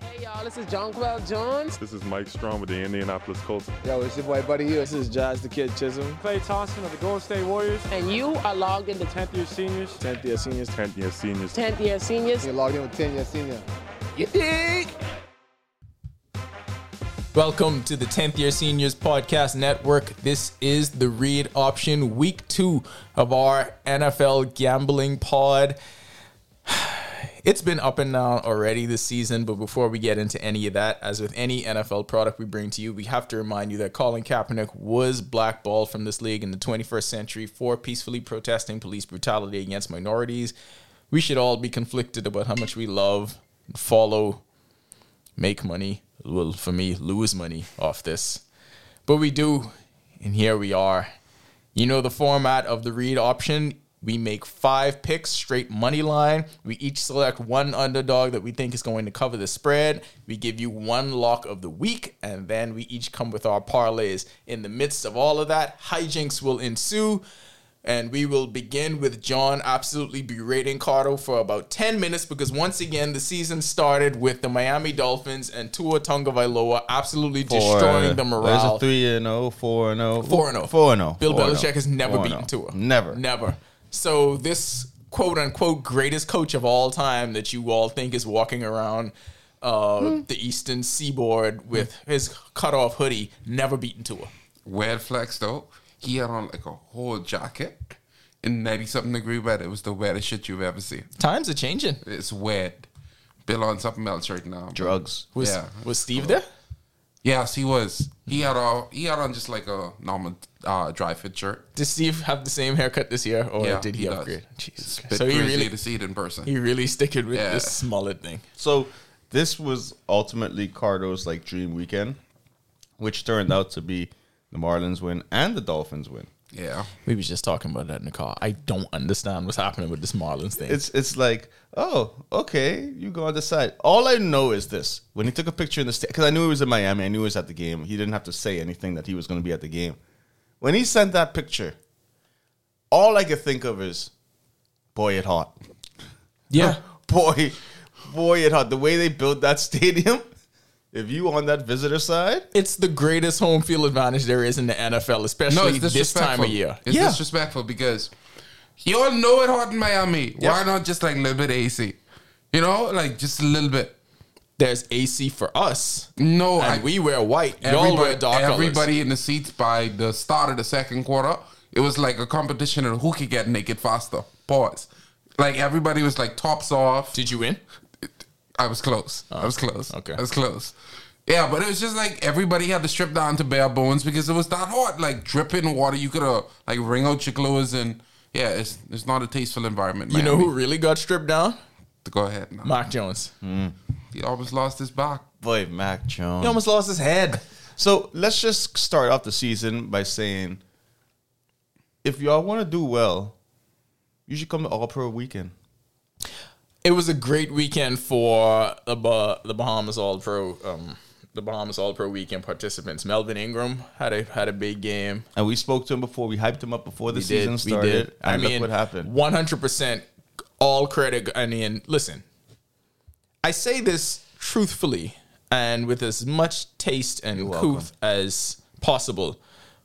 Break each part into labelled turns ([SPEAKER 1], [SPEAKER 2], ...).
[SPEAKER 1] Hey y'all, this is Jonquel Jones.
[SPEAKER 2] This is Mike Strong with the Indianapolis Colts.
[SPEAKER 3] Yo, it's your boy Buddy here. This is Josh the Kid Chisholm.
[SPEAKER 4] Clay Thompson of the Golden State Warriors.
[SPEAKER 1] And you are logged into
[SPEAKER 4] 10th year seniors.
[SPEAKER 3] 10th year seniors.
[SPEAKER 2] 10th year seniors.
[SPEAKER 1] 10th year seniors.
[SPEAKER 3] You're logged in with 10 year senior.
[SPEAKER 1] You dig?
[SPEAKER 5] Welcome to the 10th Year Seniors Podcast Network. This is the read option, week two of our NFL gambling pod. It's been up and down already this season, but before we get into any of that, as with any NFL product we bring to you, we have to remind you that Colin Kaepernick was blackballed from this league in the 21st century for peacefully protesting police brutality against minorities. We should all be conflicted about how much we love, follow, make money, well, for me, lose money off this. But we do, and here we are. You know the format of the read option. We make five picks straight money line. We each select one underdog that we think is going to cover the spread. We give you one lock of the week, and then we each come with our parlays. In the midst of all of that, hijinks will ensue. And we will begin with John absolutely berating Cardo for about 10 minutes because once again, the season started with the Miami Dolphins and Tua Tungavailoa absolutely destroying the morale.
[SPEAKER 6] There's a 3 and 0, 4 and 0.
[SPEAKER 5] 4 and 0.
[SPEAKER 6] 4 and 0.
[SPEAKER 5] Bill
[SPEAKER 7] Oh,
[SPEAKER 6] 4 and 0.
[SPEAKER 5] Belichick has never
[SPEAKER 6] 4 and
[SPEAKER 5] beaten
[SPEAKER 6] 0.
[SPEAKER 5] Tua.
[SPEAKER 6] Never.
[SPEAKER 5] Never. So this quote unquote greatest coach of all time that you all think is walking around uh,
[SPEAKER 7] Hmm.
[SPEAKER 5] the eastern seaboard with his cutoff hoodie never beaten Tua.
[SPEAKER 7] Weird flex though. He had on like a whole jacket in 90 something degree weather. It was the weirdest shit you've ever seen.
[SPEAKER 5] Times are changing.
[SPEAKER 7] It's weird. Bill on something else right now. bro.
[SPEAKER 6] Drugs.
[SPEAKER 5] Was
[SPEAKER 7] Yeah.
[SPEAKER 5] was Steve there?
[SPEAKER 7] Yes, he was. He had all. He had on just like a normal uh, dry fit shirt.
[SPEAKER 5] Did Steve have the same haircut this year, or
[SPEAKER 7] Yeah,
[SPEAKER 5] did he,
[SPEAKER 7] he does.
[SPEAKER 5] upgrade? Jesus,
[SPEAKER 7] It's a
[SPEAKER 5] Christ.
[SPEAKER 7] bit
[SPEAKER 5] so he
[SPEAKER 7] crazy
[SPEAKER 5] really
[SPEAKER 7] to see it in person.
[SPEAKER 5] he really sticking with
[SPEAKER 7] Yeah.
[SPEAKER 5] this mullet thing.
[SPEAKER 6] So this was ultimately Cardo's like dream weekend, which turned out to be the Marlins win and the Dolphins win.
[SPEAKER 7] yeah,
[SPEAKER 5] We was just talking about that in the car. I don't understand what's happening with this Marlins thing.
[SPEAKER 6] It's it's like, oh, okay, you go on the side. All I know is this: when he took a picture in the state, because I knew he was in Miami, I knew he was at the game. He didn't have to say anything that he was going to be at the game. When he sent that picture, all I could think of is, boy, it hot,
[SPEAKER 5] yeah,
[SPEAKER 6] boy, boy, it hot. The way they built that stadium, if you on that visitor side,
[SPEAKER 5] it's the greatest home field advantage there is in the NFL,
[SPEAKER 7] no,
[SPEAKER 5] especially
[SPEAKER 7] it's
[SPEAKER 5] this time
[SPEAKER 7] disrespectful.
[SPEAKER 5] of year.
[SPEAKER 7] it's
[SPEAKER 5] yeah,
[SPEAKER 7] disrespectful because you all know it hot in Miami. Why not just like a little bit AC? You know, like just a little bit.
[SPEAKER 5] there's AC for us,
[SPEAKER 7] No,
[SPEAKER 5] and
[SPEAKER 7] I-
[SPEAKER 5] we wear white. Y'all wear dark
[SPEAKER 7] everybody in the seats by the start of the second quarter. It was like a competition of who could get naked faster. Pause. Like everybody was like tops off.
[SPEAKER 5] Did you win?
[SPEAKER 7] I was close. I was close.
[SPEAKER 5] okay.
[SPEAKER 7] I was close. Yeah, but it was just like everybody had to strip down to bare bones because it was that hot, like dripping water. You could have like wring out your clothes and yeah, it's it's not a tasteful environment.
[SPEAKER 5] You know who
[SPEAKER 7] Miami.
[SPEAKER 5] really got stripped down?
[SPEAKER 7] Go ahead. No.
[SPEAKER 5] Mark Jones.
[SPEAKER 7] He almost lost his back.
[SPEAKER 6] boy, Mac Jones.
[SPEAKER 7] Hmm.
[SPEAKER 5] He almost lost his head.
[SPEAKER 6] So let's just start off the season by saying if y'all want to do well, you should come to All Pro Weekend.
[SPEAKER 5] it was a great weekend for the ba- the Bahamas All Pro um, the Bahamas All Pro weekend participants. Melvin Ingram had a had a big game.
[SPEAKER 6] And we spoke to him before, we hyped him up before the
[SPEAKER 5] We
[SPEAKER 6] season
[SPEAKER 5] did, we
[SPEAKER 6] started.
[SPEAKER 5] did.
[SPEAKER 6] And look what happened.
[SPEAKER 5] One hundred percent, all credit. I mean, listen, I say this truthfully and with as much taste and couth as possible.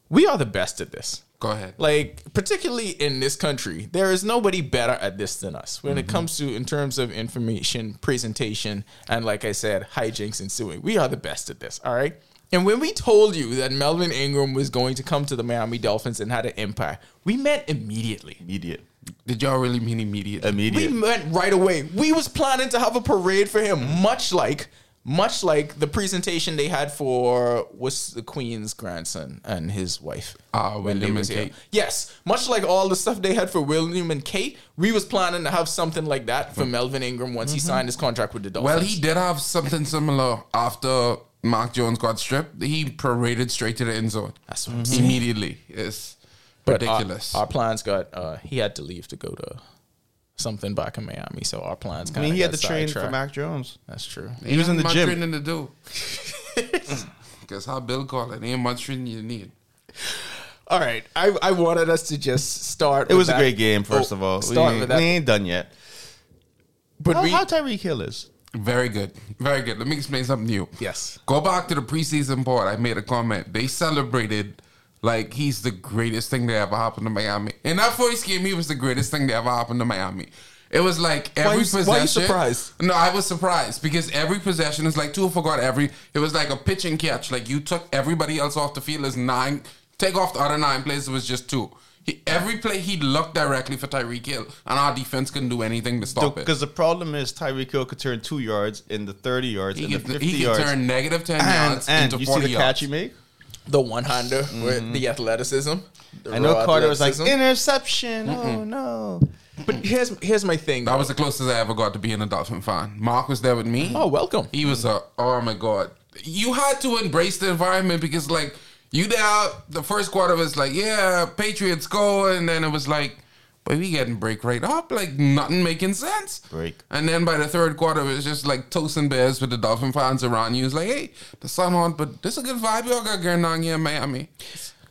[SPEAKER 5] We are the best at this.
[SPEAKER 7] Go ahead.
[SPEAKER 5] Like, particularly in this country, there is nobody better at this than us when it comes to in terms of information, presentation, and like I said, hijinks ensuing. We are the best at this, all right? And when we told you that Melvin Ingram was going to come to the Miami Dolphins and had an impact, we meant immediately.
[SPEAKER 6] Immediate.
[SPEAKER 7] Did y'all really mean immediate?
[SPEAKER 6] Immediate.
[SPEAKER 5] We went right away. We was planning to have a parade for him, much like much like the presentation they had for what's the Queen's grandson and his wife.
[SPEAKER 7] Ah,
[SPEAKER 5] when they
[SPEAKER 7] William
[SPEAKER 5] was
[SPEAKER 7] and
[SPEAKER 5] here.
[SPEAKER 7] Kate.
[SPEAKER 5] Yes. Much like all the stuff they had for William and Kate, we was planning to have something like that for Melvin Ingram once he signed his contract with the Dolphins.
[SPEAKER 7] Well, he did have something similar after Mark Jones got stripped. He paraded straight to the end zone
[SPEAKER 5] That's what I'm saying.
[SPEAKER 7] immediately. It's
[SPEAKER 5] But our-
[SPEAKER 7] Mm-hmm. ridiculous.
[SPEAKER 5] Our, plans got uh he had to leave to go to something back in Miami, so our plans
[SPEAKER 6] I
[SPEAKER 5] kind of
[SPEAKER 6] mean, he had the train
[SPEAKER 5] sidetracked.
[SPEAKER 6] for Mac Jones.
[SPEAKER 5] That's true.
[SPEAKER 7] Ain't
[SPEAKER 6] was in the
[SPEAKER 7] much
[SPEAKER 6] gym.
[SPEAKER 7] training to do. Because how Bill called it, ain't much training you need.
[SPEAKER 5] All right, I, I wanted us to just start.
[SPEAKER 6] It was a great game, first
[SPEAKER 5] Oh,
[SPEAKER 6] of all. We
[SPEAKER 5] start
[SPEAKER 6] ain't,
[SPEAKER 5] with that.
[SPEAKER 6] we ain't done yet.
[SPEAKER 5] But
[SPEAKER 6] how,
[SPEAKER 5] we,
[SPEAKER 6] how Tyreek Hill is?
[SPEAKER 7] Very good. Very good. Let me explain something to you.
[SPEAKER 6] Yes.
[SPEAKER 7] Go back to the preseason board. I made a comment. They celebrated like he's the greatest thing that ever happened to Miami. In that first game, he was the greatest thing that ever happened to Miami. It was like
[SPEAKER 5] you-
[SPEAKER 7] every possession.
[SPEAKER 5] why you surprised?
[SPEAKER 7] No, I was surprised because every possession is like two forgot every. It was like a pitch and catch. Like you took everybody else off the field as nine. Take off the other nine plays. It was just two. He, every play he looked directly for Tyreek Hill, and our defense couldn't do anything to stop it.
[SPEAKER 6] Because the problem is Tyreek Hill could turn two yards in the 30 yards
[SPEAKER 7] He
[SPEAKER 6] in the
[SPEAKER 7] could,
[SPEAKER 6] 50
[SPEAKER 7] he could
[SPEAKER 6] yards.
[SPEAKER 7] turn negative 10
[SPEAKER 6] and
[SPEAKER 7] yards
[SPEAKER 6] and
[SPEAKER 7] into
[SPEAKER 6] you see
[SPEAKER 7] 40
[SPEAKER 6] the
[SPEAKER 7] yards.
[SPEAKER 6] catch he made?
[SPEAKER 5] The one hander with the athleticism. the
[SPEAKER 6] I know
[SPEAKER 5] raw
[SPEAKER 6] Carter was like,
[SPEAKER 5] athleticism.
[SPEAKER 6] interception. Oh, no.
[SPEAKER 5] but here's here's my thing.
[SPEAKER 7] That was the closest I ever got to being a Dolphin fan. Mark was there with me.
[SPEAKER 5] Oh, welcome.
[SPEAKER 7] He was a, oh my God. You had to embrace the environment because, like, you there, the first quarter was like, yeah, Patriots go. And then it was like, but we getting break right up. Like, nothing making sense.
[SPEAKER 6] Break.
[SPEAKER 7] And then by the third quarter, it was just like toasting bears with the Dolphin fans around you. It's like, hey, the sun hot, but this is a good vibe y'all got going on here in Miami.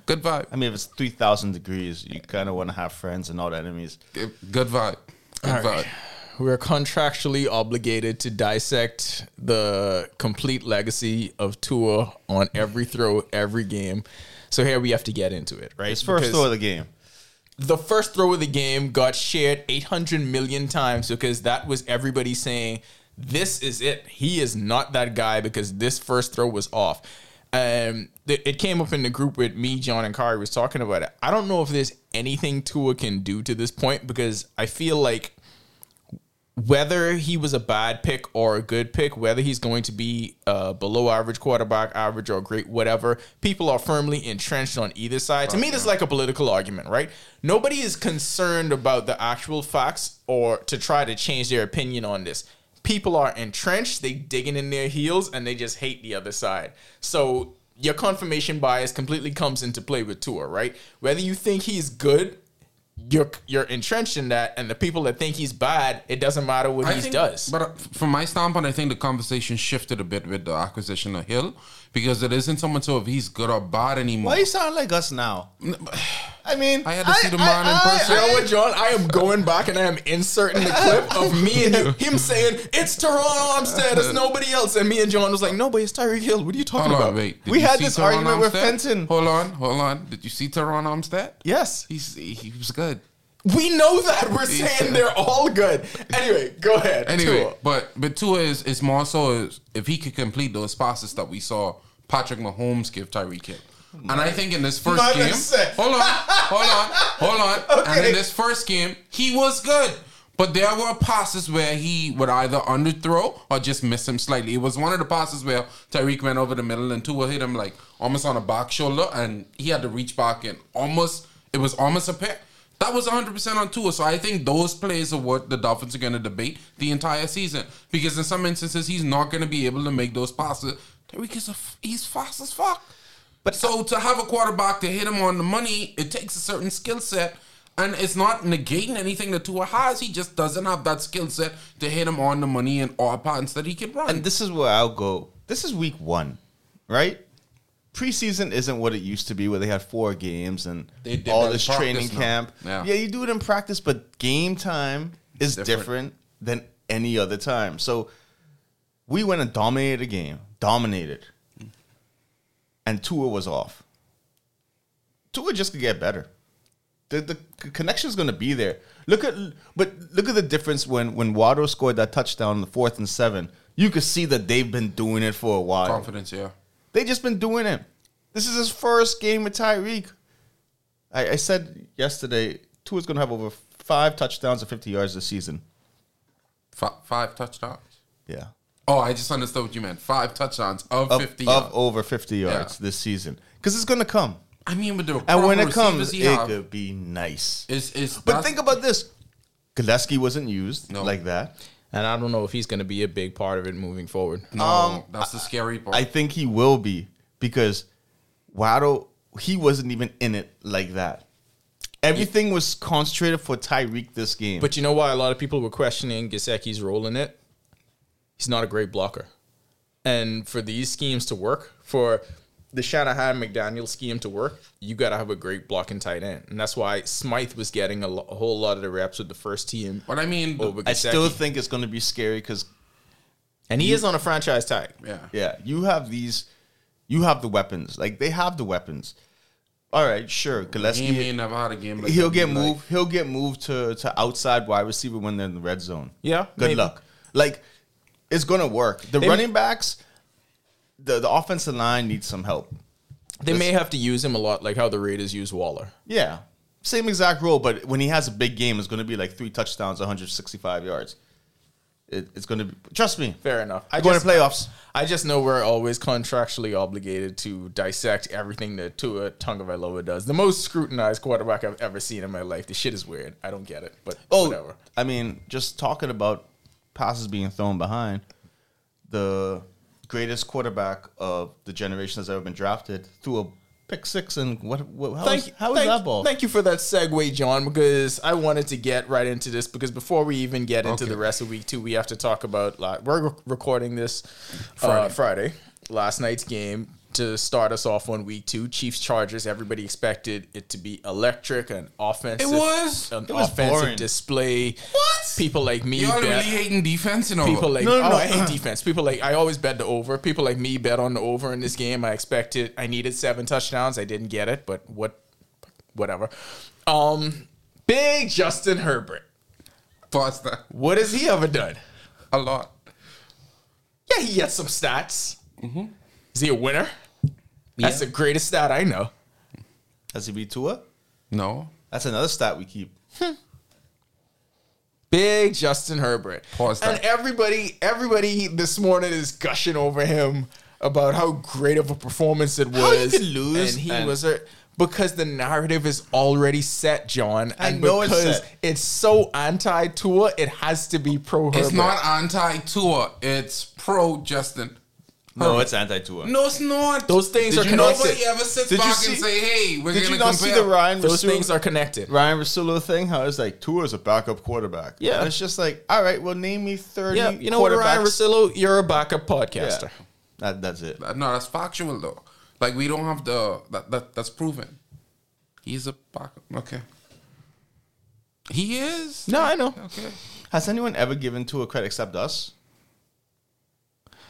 [SPEAKER 7] Good vibe.
[SPEAKER 6] I mean, if it's 3,000 degrees, you kind of want to have friends and not enemies.
[SPEAKER 7] Good vibe. Good
[SPEAKER 5] All right.
[SPEAKER 7] vibe.
[SPEAKER 5] We are contractually obligated to dissect the complete legacy of Tua on every throw, every game. So here we have to get into it, right?
[SPEAKER 6] His first
[SPEAKER 5] Because
[SPEAKER 6] throw of the game.
[SPEAKER 5] the first throw of the game got shared 800 million times because that was everybody saying, this is it. He is not that guy because this first throw was off. Um, th- it came up in the group with me, John, and Kari was talking about it. I don't know if there's anything Tua can do to this point because I feel like whether he was a bad pick or a good pick, whether he's going to be a below average quarterback, average or great, whatever, people are firmly entrenched on either side. to me, this is like a political argument, right? Nobody is concerned about the actual facts or to try to change their opinion on this. People are entrenched, they digging in their heels, and they just hate the other side. So your confirmation bias completely comes into play with Tua, right? Whether you think he's good you're you're entrenched in that, and the people that think he's bad, it doesn't matter what
[SPEAKER 7] I
[SPEAKER 5] he
[SPEAKER 7] think-
[SPEAKER 5] does.
[SPEAKER 7] But uh, from my standpoint, I think the conversation shifted a bit with the acquisition of Hill because it isn't someone so if he's good or bad anymore.
[SPEAKER 6] Why you sound like us now? I mean,
[SPEAKER 7] I had to see the man in person.
[SPEAKER 5] you know what, John? I am going back and I am inserting the clip of me and you- him saying it's Toronto Armstead, it's nobody else, and me and John was like, no, but it's Tyreek Hill. What are you talking
[SPEAKER 7] Hold on,
[SPEAKER 5] about?
[SPEAKER 7] wait. Did
[SPEAKER 6] We
[SPEAKER 7] you
[SPEAKER 6] had
[SPEAKER 7] see
[SPEAKER 6] this
[SPEAKER 7] Teron
[SPEAKER 6] argument with
[SPEAKER 7] Armstead?
[SPEAKER 6] Fenton.
[SPEAKER 7] Hold on, hold on. Did you see Teron Armstead?
[SPEAKER 6] Yes.
[SPEAKER 7] He's, he, he was good.
[SPEAKER 5] We know that we're saying they're all good. Anyway, go ahead.
[SPEAKER 7] Anyway,
[SPEAKER 5] Tua.
[SPEAKER 7] but but Tua is is more so is if he could complete those passes that we saw Patrick Mahomes give Tyreek Hill. And I think in this first
[SPEAKER 6] Not
[SPEAKER 7] game,
[SPEAKER 6] upset.
[SPEAKER 7] hold on, hold on, hold on. And
[SPEAKER 6] Okay.
[SPEAKER 7] in this first game, he was good, but there were passes where he would either underthrow or just miss him slightly. It was one of the passes where Tyreek went over the middle and Tua hit him like almost on a back shoulder, and he had to reach back and almost it was almost a pick. That was 100% on Tua. So I think those plays are what the Dolphins are going to debate the entire season. Because in some instances, he's not going to be able to make those passes. Tyreek is a, f- he's fast as fuck. But so to have a quarterback to hit him on the money, it takes a certain skill set. And it's not negating anything that Tua has. He just doesn't have that skill set to hit him on the money and all patterns that he can run.
[SPEAKER 6] And this is where I'll go. This is week one, right? Preseason isn't what it used to be, where they had four games and
[SPEAKER 7] They did that
[SPEAKER 6] all
[SPEAKER 7] in
[SPEAKER 6] this
[SPEAKER 7] practice
[SPEAKER 6] training
[SPEAKER 7] now.
[SPEAKER 6] camp.
[SPEAKER 7] Yeah.
[SPEAKER 6] you do it in practice, but game time is
[SPEAKER 7] Different.
[SPEAKER 6] different. than any other time. So we went and dominated a game, dominated, and Tua was off. Tua just could get better. The the connection is going to be there. Look at but look at the difference when when Waddle scored that touchdown on the fourth and seven. You could see that they've been doing it for a while.
[SPEAKER 7] confidence, yeah.
[SPEAKER 6] They just been doing it. This is his first game with Tyreek. I, I said yesterday, Tua's going to have over five touchdowns and fifty yards this season.
[SPEAKER 7] Fi- five touchdowns.
[SPEAKER 6] Yeah,
[SPEAKER 7] Oh, I just understood what you meant. Five touchdowns of,
[SPEAKER 6] of,
[SPEAKER 7] 50
[SPEAKER 6] of
[SPEAKER 7] yards.
[SPEAKER 6] over fifty yards
[SPEAKER 7] Yeah.
[SPEAKER 6] this season because it's going to come.
[SPEAKER 7] I mean, with the
[SPEAKER 6] And when
[SPEAKER 7] proper
[SPEAKER 6] it comes,
[SPEAKER 7] receivers he
[SPEAKER 6] it
[SPEAKER 7] have,
[SPEAKER 6] could be nice.
[SPEAKER 7] It's, it's
[SPEAKER 6] But
[SPEAKER 7] that's-
[SPEAKER 6] think about this: Gillespie wasn't used
[SPEAKER 7] No.
[SPEAKER 6] like that.
[SPEAKER 5] and I don't know if he's going to be a big part of it moving forward.
[SPEAKER 7] no, that's the scary part.
[SPEAKER 6] um, I think he will be because Waddle he wasn't even in it like that. Everything was concentrated for Tyreek this game.
[SPEAKER 5] But you know why a lot of people were questioning Gasecki's role in it? He's not a great blocker. And for these schemes to work, for the Shanahan McDaniel scheme to work, you got to have a great blocking tight end. And that's why Smythe was getting a, lo- a whole lot of the reps with the first team.
[SPEAKER 7] but I mean,
[SPEAKER 5] over
[SPEAKER 6] I
[SPEAKER 5] Gesicki.
[SPEAKER 6] still think it's going to be scary because
[SPEAKER 5] And he is on a franchise tag.
[SPEAKER 7] Yeah.
[SPEAKER 6] Yeah, you have these, you have the weapons. Like they have the weepons. All right, sure.
[SPEAKER 7] He may
[SPEAKER 6] Gillespie,
[SPEAKER 7] never had a game like
[SPEAKER 6] he'll
[SPEAKER 7] that.
[SPEAKER 6] get
[SPEAKER 7] Like,
[SPEAKER 6] moved. He'll get moved to to outside wide receiver when they're in the red zone.
[SPEAKER 5] Yeah,
[SPEAKER 6] good
[SPEAKER 5] maybe.
[SPEAKER 6] luck. Like it's gonna work. The
[SPEAKER 5] They-
[SPEAKER 6] running backs, the the offensive line needs some help.
[SPEAKER 5] They may have to use him a lot, like how the Raiders use Waller.
[SPEAKER 6] Yeah, same exact role. But when he has a big game, it's gonna be like three touchdowns, 165 yards. It, it's gonna be, trust me.
[SPEAKER 5] Fair enough. I
[SPEAKER 6] We're going
[SPEAKER 5] just,
[SPEAKER 6] to playoffs.
[SPEAKER 5] I just know we're always contractually obligated to dissect everything that Tua Tagovailoa does. The most scrutinized quarterback I've ever seen in my life. The shit is weird. I don't get it, but
[SPEAKER 6] Oh,
[SPEAKER 5] whatever.
[SPEAKER 6] I mean, just talking about passes being thrown behind, the greatest quarterback of the generation that's ever been drafted threw a pick six and what? what how was-
[SPEAKER 5] Thank,
[SPEAKER 6] how was
[SPEAKER 5] thank,
[SPEAKER 6] that ball?
[SPEAKER 5] Thank you for that segue, John, because I wanted to get right into this. Because before we even get into
[SPEAKER 7] Okay.
[SPEAKER 5] the rest of week two, we have to talk about. Like, we're rec- recording this Friday. Uh, Friday, last night's game to start us off on week two. Chiefs Chargers. Everybody expected it to be electric and offensive.
[SPEAKER 7] It was.
[SPEAKER 5] an
[SPEAKER 6] It was
[SPEAKER 5] offensive
[SPEAKER 6] boring.
[SPEAKER 5] display. What people like me?
[SPEAKER 7] Y'all
[SPEAKER 5] bet-
[SPEAKER 7] really hating defense, you know?
[SPEAKER 5] People like
[SPEAKER 6] No, no,
[SPEAKER 5] oh,
[SPEAKER 6] no.
[SPEAKER 5] I hate defense. People like I always bet the over. People like me bet on the over in this game. I expected I needed seven touchdowns. I didn't get it, but what whatever. Um big Justin Herbert.
[SPEAKER 7] Foster.
[SPEAKER 5] What has he ever done?
[SPEAKER 7] A lot.
[SPEAKER 5] Yeah, he has some stats.
[SPEAKER 6] Mm-hmm.
[SPEAKER 5] Is he a winner? That's the greatest stat I know.
[SPEAKER 6] Has he beat Tua?
[SPEAKER 7] No.
[SPEAKER 6] That's another stat we keep.
[SPEAKER 5] Big Justin Herbert.
[SPEAKER 7] Pause
[SPEAKER 5] and
[SPEAKER 7] that.
[SPEAKER 5] everybody, everybody this morning is gushing over him about how great of a performance it was.
[SPEAKER 6] How you could lose
[SPEAKER 5] and he
[SPEAKER 6] and-
[SPEAKER 5] was a, because the narrative is already set, John.
[SPEAKER 6] I
[SPEAKER 5] and
[SPEAKER 6] know it's
[SPEAKER 5] because
[SPEAKER 6] set.
[SPEAKER 5] it's so anti Tua, it has to be pro Herbert.
[SPEAKER 7] It's not anti Tua. It's pro Justin.
[SPEAKER 6] No, it's anti Tua.
[SPEAKER 7] No, it's not.
[SPEAKER 5] Those things
[SPEAKER 6] Did
[SPEAKER 5] are
[SPEAKER 6] you know
[SPEAKER 5] connected.
[SPEAKER 7] Nobody ever sits
[SPEAKER 6] Did you
[SPEAKER 7] back and
[SPEAKER 6] see-
[SPEAKER 7] say, "Hey, we're
[SPEAKER 6] Did
[SPEAKER 7] gonna
[SPEAKER 6] you not see
[SPEAKER 7] compare."
[SPEAKER 6] the Ryan
[SPEAKER 5] Those
[SPEAKER 6] Rasul-
[SPEAKER 5] things are connected.
[SPEAKER 6] Ryan Rasulo thing? How it's like Tua is a backup quarterback.
[SPEAKER 5] Yeah.
[SPEAKER 6] And it's just like, all right, well, name me thirty.
[SPEAKER 5] Yeah, you know what, Ryan
[SPEAKER 6] quarterbacks-
[SPEAKER 5] Rosillo, you're a backup
[SPEAKER 6] Yeah.
[SPEAKER 5] podcaster.
[SPEAKER 6] That, that's it.
[SPEAKER 7] No, that's factual though. Like we don't have the that, that that's proven. He's a backup. Okay. He is.
[SPEAKER 5] No, I know.
[SPEAKER 7] Okay.
[SPEAKER 6] Has anyone ever given Tua credit except us?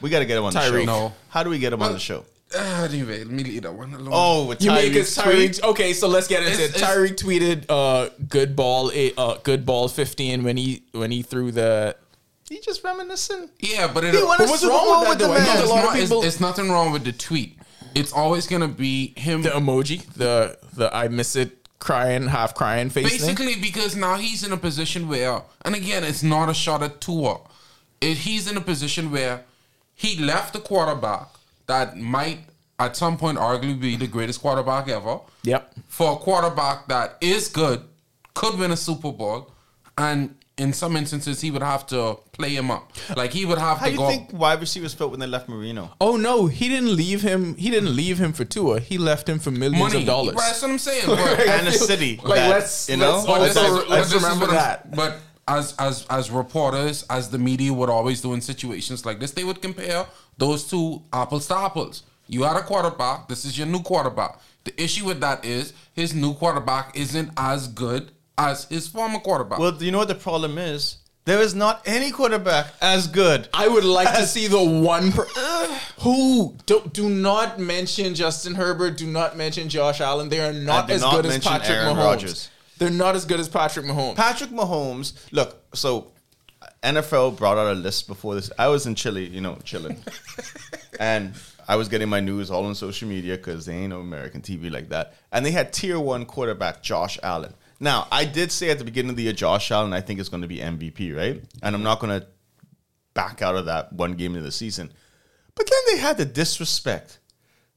[SPEAKER 6] We got to get him on the
[SPEAKER 5] Tyreek.
[SPEAKER 6] show.
[SPEAKER 7] No.
[SPEAKER 6] How do we get him on the show?
[SPEAKER 7] Uh, anyway, let me leave that one alone.
[SPEAKER 6] Oh, with
[SPEAKER 5] You mean because
[SPEAKER 6] Tyreek's tweet.
[SPEAKER 5] Tyreek? Okay, so let's get into it.
[SPEAKER 7] It's-
[SPEAKER 5] Tyreek tweeted, uh, "Good ball, eh, uh, good ball, fifteen when he when he threw the."
[SPEAKER 6] He just reminiscing.
[SPEAKER 7] yeah, but it,
[SPEAKER 6] He won a
[SPEAKER 7] but
[SPEAKER 5] what's
[SPEAKER 6] Super
[SPEAKER 5] wrong
[SPEAKER 6] Bowl
[SPEAKER 5] with
[SPEAKER 6] with
[SPEAKER 5] that,
[SPEAKER 6] the
[SPEAKER 5] though? I
[SPEAKER 6] man.
[SPEAKER 5] think
[SPEAKER 7] it's,
[SPEAKER 5] a lot of
[SPEAKER 7] not, it's,
[SPEAKER 5] people-
[SPEAKER 7] it's nothing wrong with the tweet. It's always gonna be him.
[SPEAKER 5] the emoji, the the I miss it crying, half crying face. thing.
[SPEAKER 7] Basically, because now he's in a position where, and again, it's not a shot at Tua. It, he's in a position where he left the quarterback that might, at some point, arguably be the greatest quarterback ever.
[SPEAKER 5] Yep.
[SPEAKER 7] For a quarterback that is good, could win a Super Bowl, and in some instances, he would have to play him up. Like he would have
[SPEAKER 6] How
[SPEAKER 7] to
[SPEAKER 6] do you
[SPEAKER 7] go.
[SPEAKER 6] think wide receivers felt when they left Marino?
[SPEAKER 5] Oh no, he didn't leave him. He didn't leave him for Tua. He left him for millions
[SPEAKER 7] money.
[SPEAKER 5] of dollars.
[SPEAKER 7] Right, that's what I'm saying. But-
[SPEAKER 6] And a city.
[SPEAKER 5] Like,
[SPEAKER 6] that,
[SPEAKER 5] let's-
[SPEAKER 6] you know?
[SPEAKER 5] let's all-
[SPEAKER 7] But
[SPEAKER 5] Let's
[SPEAKER 7] this
[SPEAKER 5] all-
[SPEAKER 7] is-
[SPEAKER 5] let's
[SPEAKER 7] but this is
[SPEAKER 5] remember
[SPEAKER 7] what I'm-
[SPEAKER 5] that.
[SPEAKER 7] But as as as reporters, as the media would always do in situations like this, they would compare those two apples to apples. You had a quarterback. This is your new quarterback. The issue with that is his new quarterback isn't as good as his former quarterback.
[SPEAKER 6] well, you know what the problem is? There is not any quarterback as good.
[SPEAKER 5] I would like to see the one per- who do, do not mention Justin Herbert, do not mention Josh Allen. They are not
[SPEAKER 6] And do
[SPEAKER 5] as
[SPEAKER 6] not
[SPEAKER 5] good as
[SPEAKER 6] mention
[SPEAKER 5] Patrick
[SPEAKER 6] Aaron
[SPEAKER 5] Mahomes.
[SPEAKER 6] Rodgers.
[SPEAKER 5] They're not as good as Patrick Mahomes.
[SPEAKER 6] Patrick Mahomes. Look, so NFL brought out a list before this. I was in Chile, you know, chilling, and I was getting my news all on social media because they ain't no American TV like that. And they had tier one quarterback Josh Allen. Now, I did say at the beginning of the year, Josh Allen, I think is going to be MVP, right? And I'm not going to back out of that one game of the season. But then they had the disrespect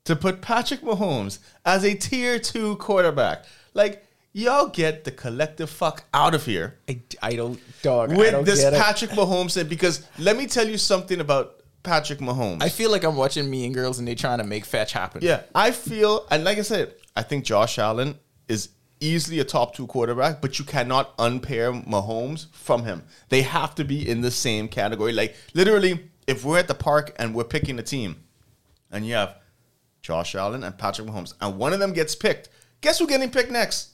[SPEAKER 6] to put Patrick Mahomes as a tier two quarterback. Like, y'all get the collective fuck out of here
[SPEAKER 5] I, I don't dog I
[SPEAKER 6] with
[SPEAKER 5] don't
[SPEAKER 6] this
[SPEAKER 5] get it.
[SPEAKER 6] Patrick Mahomes thing because let me tell you something about Patrick Mahomes.
[SPEAKER 5] I feel like I'm watching Mean Girls and they trying to make fetch happen.
[SPEAKER 6] yeah, I feel, and like I said, I think Josh Allen is easily a top two quarterback, but you cannot unpair Mahomes from him. They have to be in the same category. Like, literally, if we're at the park and we're picking a team, and you have Josh Allen and Patrick Mahomes, and one of them gets picked, guess who's getting picked next?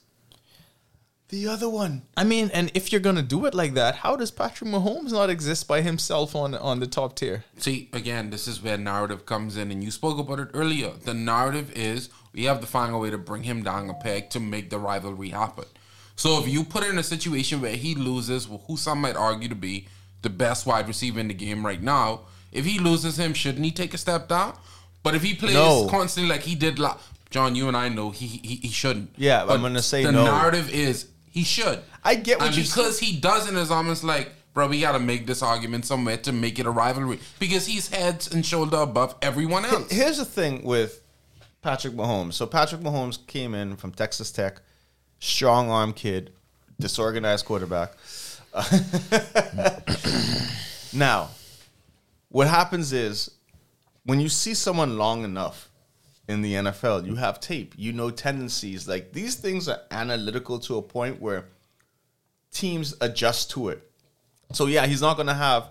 [SPEAKER 6] The other one.
[SPEAKER 5] I mean, and if you're gonna do it like that, how does Patrick Mahomes not exist by himself on on the top tier?
[SPEAKER 7] See, again, this is where narrative comes in, and you spoke about it earlier. The narrative is we have to find a way to bring him down a peg to make the rivalry happen. So if you put it in a situation where he loses, who some might argue to be the best wide receiver in the game right now, if he loses him, shouldn't he take a step down? But if he plays
[SPEAKER 6] No.
[SPEAKER 7] constantly like he did, la- John, you and I know he he, he shouldn't.
[SPEAKER 6] Yeah, I'm gonna say
[SPEAKER 7] the
[SPEAKER 6] no.
[SPEAKER 7] narrative is he should.
[SPEAKER 6] I get what
[SPEAKER 7] and
[SPEAKER 6] you're
[SPEAKER 7] because he doesn't is almost like, bro, we gotta make this argument somewhere to make it a rivalry because he's heads and shoulder above everyone else.
[SPEAKER 6] Here's the thing with Patrick Mahomes. So Patrick Mahomes came in from Texas Tech, strong arm kid, disorganized quarterback. now, what happens is when you see someone long enough in the NFL, you have tape, you know tendencies. Like these things are analytical to a point where teams adjust to it. So yeah, he's not gonna have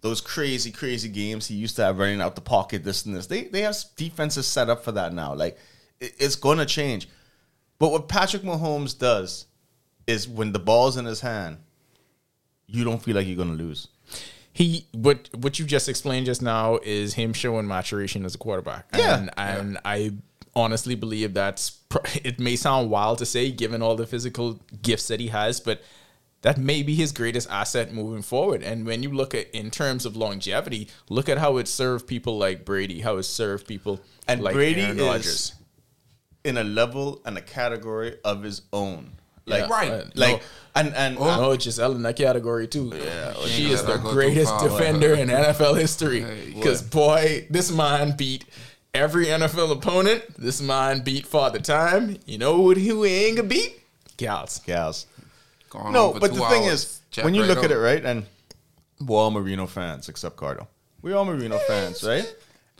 [SPEAKER 6] those crazy, crazy games he used to have running out the pocket, this and this. They they have defenses set up for that now. Like it- it's gonna change. But what Patrick Mahomes does is when the ball's in his hand, you don't feel like you're gonna lose.
[SPEAKER 5] He what what you just explained just now is him showing maturation as a quarterback.
[SPEAKER 6] Yeah.
[SPEAKER 5] and, and I honestly believe that's pr- it may sound wild to say given all the physical gifts that he has, but that may be his greatest asset moving forward. And when you look at in terms of longevity, look at how it served people like Brady, how it served people
[SPEAKER 6] And
[SPEAKER 5] like
[SPEAKER 6] Brady
[SPEAKER 5] Aaron
[SPEAKER 6] is
[SPEAKER 5] Rodgers.
[SPEAKER 6] in a level and a category of his own. Like
[SPEAKER 7] Yeah. Right.
[SPEAKER 5] Uh,
[SPEAKER 6] like
[SPEAKER 5] no.
[SPEAKER 6] and and
[SPEAKER 5] Oh, Giselle in that category too. Yeah, she is
[SPEAKER 7] gotta
[SPEAKER 5] the
[SPEAKER 7] go too
[SPEAKER 5] greatest
[SPEAKER 7] far,
[SPEAKER 5] defender in NFL history. Because boy, this man beat every NFL opponent. This man beat Father Time. You know what? Who he ain't gonna beat? Gals.
[SPEAKER 6] gals.
[SPEAKER 7] Gone
[SPEAKER 6] No,
[SPEAKER 7] over
[SPEAKER 6] but
[SPEAKER 7] two
[SPEAKER 6] the thing
[SPEAKER 7] hours.
[SPEAKER 6] is,
[SPEAKER 7] Check
[SPEAKER 6] when you
[SPEAKER 7] right
[SPEAKER 6] look at
[SPEAKER 7] over.
[SPEAKER 6] it, right, and we're all Marino fans except Cardo. We're all Marino fans, right?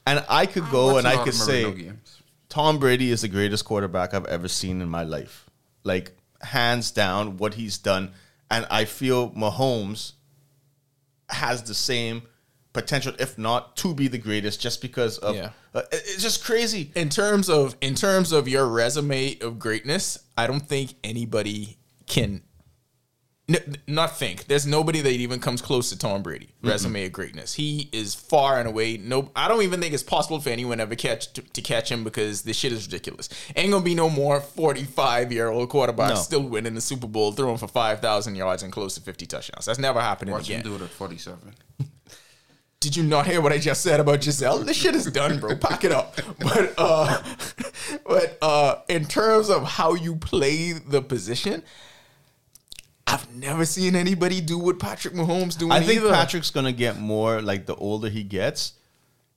[SPEAKER 6] And I could go
[SPEAKER 7] Watch
[SPEAKER 6] and
[SPEAKER 7] a
[SPEAKER 6] I
[SPEAKER 7] lot
[SPEAKER 6] could
[SPEAKER 7] of Marino
[SPEAKER 6] say
[SPEAKER 7] games.
[SPEAKER 6] Tom Brady is the greatest quarterback I've ever seen in my life. Like hands down, what he's done, and I feel Mahomes has the same potential, if not to be the greatest, just because of.
[SPEAKER 5] Yeah.
[SPEAKER 6] Uh, it- it's just crazy.
[SPEAKER 5] In terms of in terms of your resume of greatness, I don't think anybody can. N- not think. There's nobody that even comes close to Tom Brady resume of greatness. He is far and away. No, I don't even think it's possible for anyone ever catch to, to catch him because this shit is ridiculous. Ain't gonna be no more 45 year old quarterback
[SPEAKER 6] No.
[SPEAKER 5] still winning the Super Bowl, throwing for 5,000 yards and close to 50 touchdowns. That's never happening
[SPEAKER 7] Watch him
[SPEAKER 5] again.
[SPEAKER 7] do it at 47.
[SPEAKER 5] Did you not hear what I just said about Giselle? This shit is done, bro. Pack it up. But uh but uh in terms of how you play the position, I've never seen anybody do what Patrick Mahomes doing
[SPEAKER 6] I think
[SPEAKER 5] either.
[SPEAKER 6] Patrick's gonna get more like the older he gets,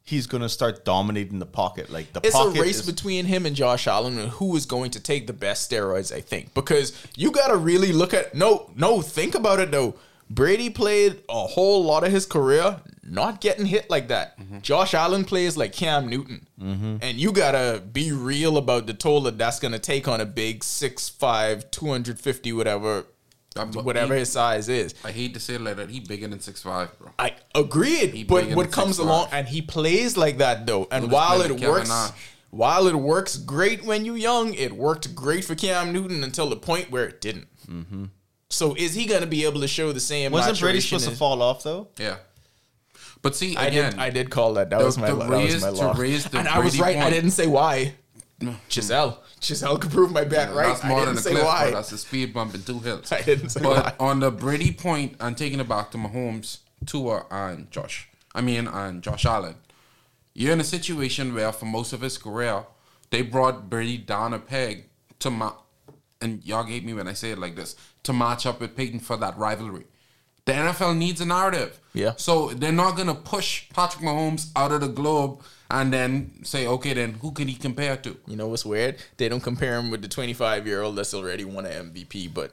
[SPEAKER 6] he's gonna start dominating the pocket. Like the
[SPEAKER 5] it's a
[SPEAKER 6] pocket
[SPEAKER 5] race
[SPEAKER 6] is-
[SPEAKER 5] between him and Josh Allen and who is going to take the best steroids, I think. Because you gotta really look at no, no, think about it though. Brady played a whole lot of his career not getting hit like that.
[SPEAKER 6] Mm-hmm.
[SPEAKER 5] Josh Allen plays like Cam Newton. And you gotta be real about the toll that that's gonna take on a big 6'5, 250, whatever,
[SPEAKER 7] I'm-
[SPEAKER 5] whatever his size is.
[SPEAKER 7] I hate to say it like that. He bigger than 6'5", bro.
[SPEAKER 5] I agreed,
[SPEAKER 7] He
[SPEAKER 5] but
[SPEAKER 7] bigger
[SPEAKER 5] what
[SPEAKER 7] than
[SPEAKER 5] comes
[SPEAKER 7] 6'5".
[SPEAKER 5] along and he plays like that though. And while
[SPEAKER 7] playing
[SPEAKER 5] it
[SPEAKER 7] with Kevin
[SPEAKER 5] works,
[SPEAKER 7] Nash.
[SPEAKER 5] while it works great when you young, it worked great for Cam Newton until the point where it didn't.
[SPEAKER 7] Mm-hmm.
[SPEAKER 5] So is he going to be able to show the same?
[SPEAKER 6] Wasn't Brady
[SPEAKER 5] maturation
[SPEAKER 6] supposed to
[SPEAKER 5] as-
[SPEAKER 6] fall off though?
[SPEAKER 7] Yeah. But see,
[SPEAKER 5] I
[SPEAKER 7] again,
[SPEAKER 5] did. I did call that. That
[SPEAKER 7] The-
[SPEAKER 5] was my.
[SPEAKER 7] the
[SPEAKER 5] lo- that was
[SPEAKER 7] raise-
[SPEAKER 5] my
[SPEAKER 7] to
[SPEAKER 5] law.
[SPEAKER 7] raise the
[SPEAKER 5] and I was
[SPEAKER 7] Brady
[SPEAKER 5] right. I
[SPEAKER 7] point.
[SPEAKER 5] didn't say why. Giselle. Giselle could prove my bet right.
[SPEAKER 7] That's
[SPEAKER 5] I
[SPEAKER 7] more
[SPEAKER 5] didn't
[SPEAKER 7] than a
[SPEAKER 5] say
[SPEAKER 7] cliff, bro.
[SPEAKER 5] why.
[SPEAKER 7] That's a speed bump in two hills.
[SPEAKER 5] I didn't say
[SPEAKER 7] but on the Brady point, I'm taking it back to Mahomes, Tua, and Josh. I mean, and Josh Allen. You're in a situation where, for most of his career, they brought Brady down a peg to ma- and y'all hate me when I say it like this to match up with Peyton for that rivalry. The NFL needs a narrative.
[SPEAKER 5] Yeah.
[SPEAKER 7] So they're not gonna push Patrick Mahomes out of the globe and then say, okay, then who can he compare to?
[SPEAKER 5] You know what's weird? They don't compare him with the 25 year old that's already won an MVP. But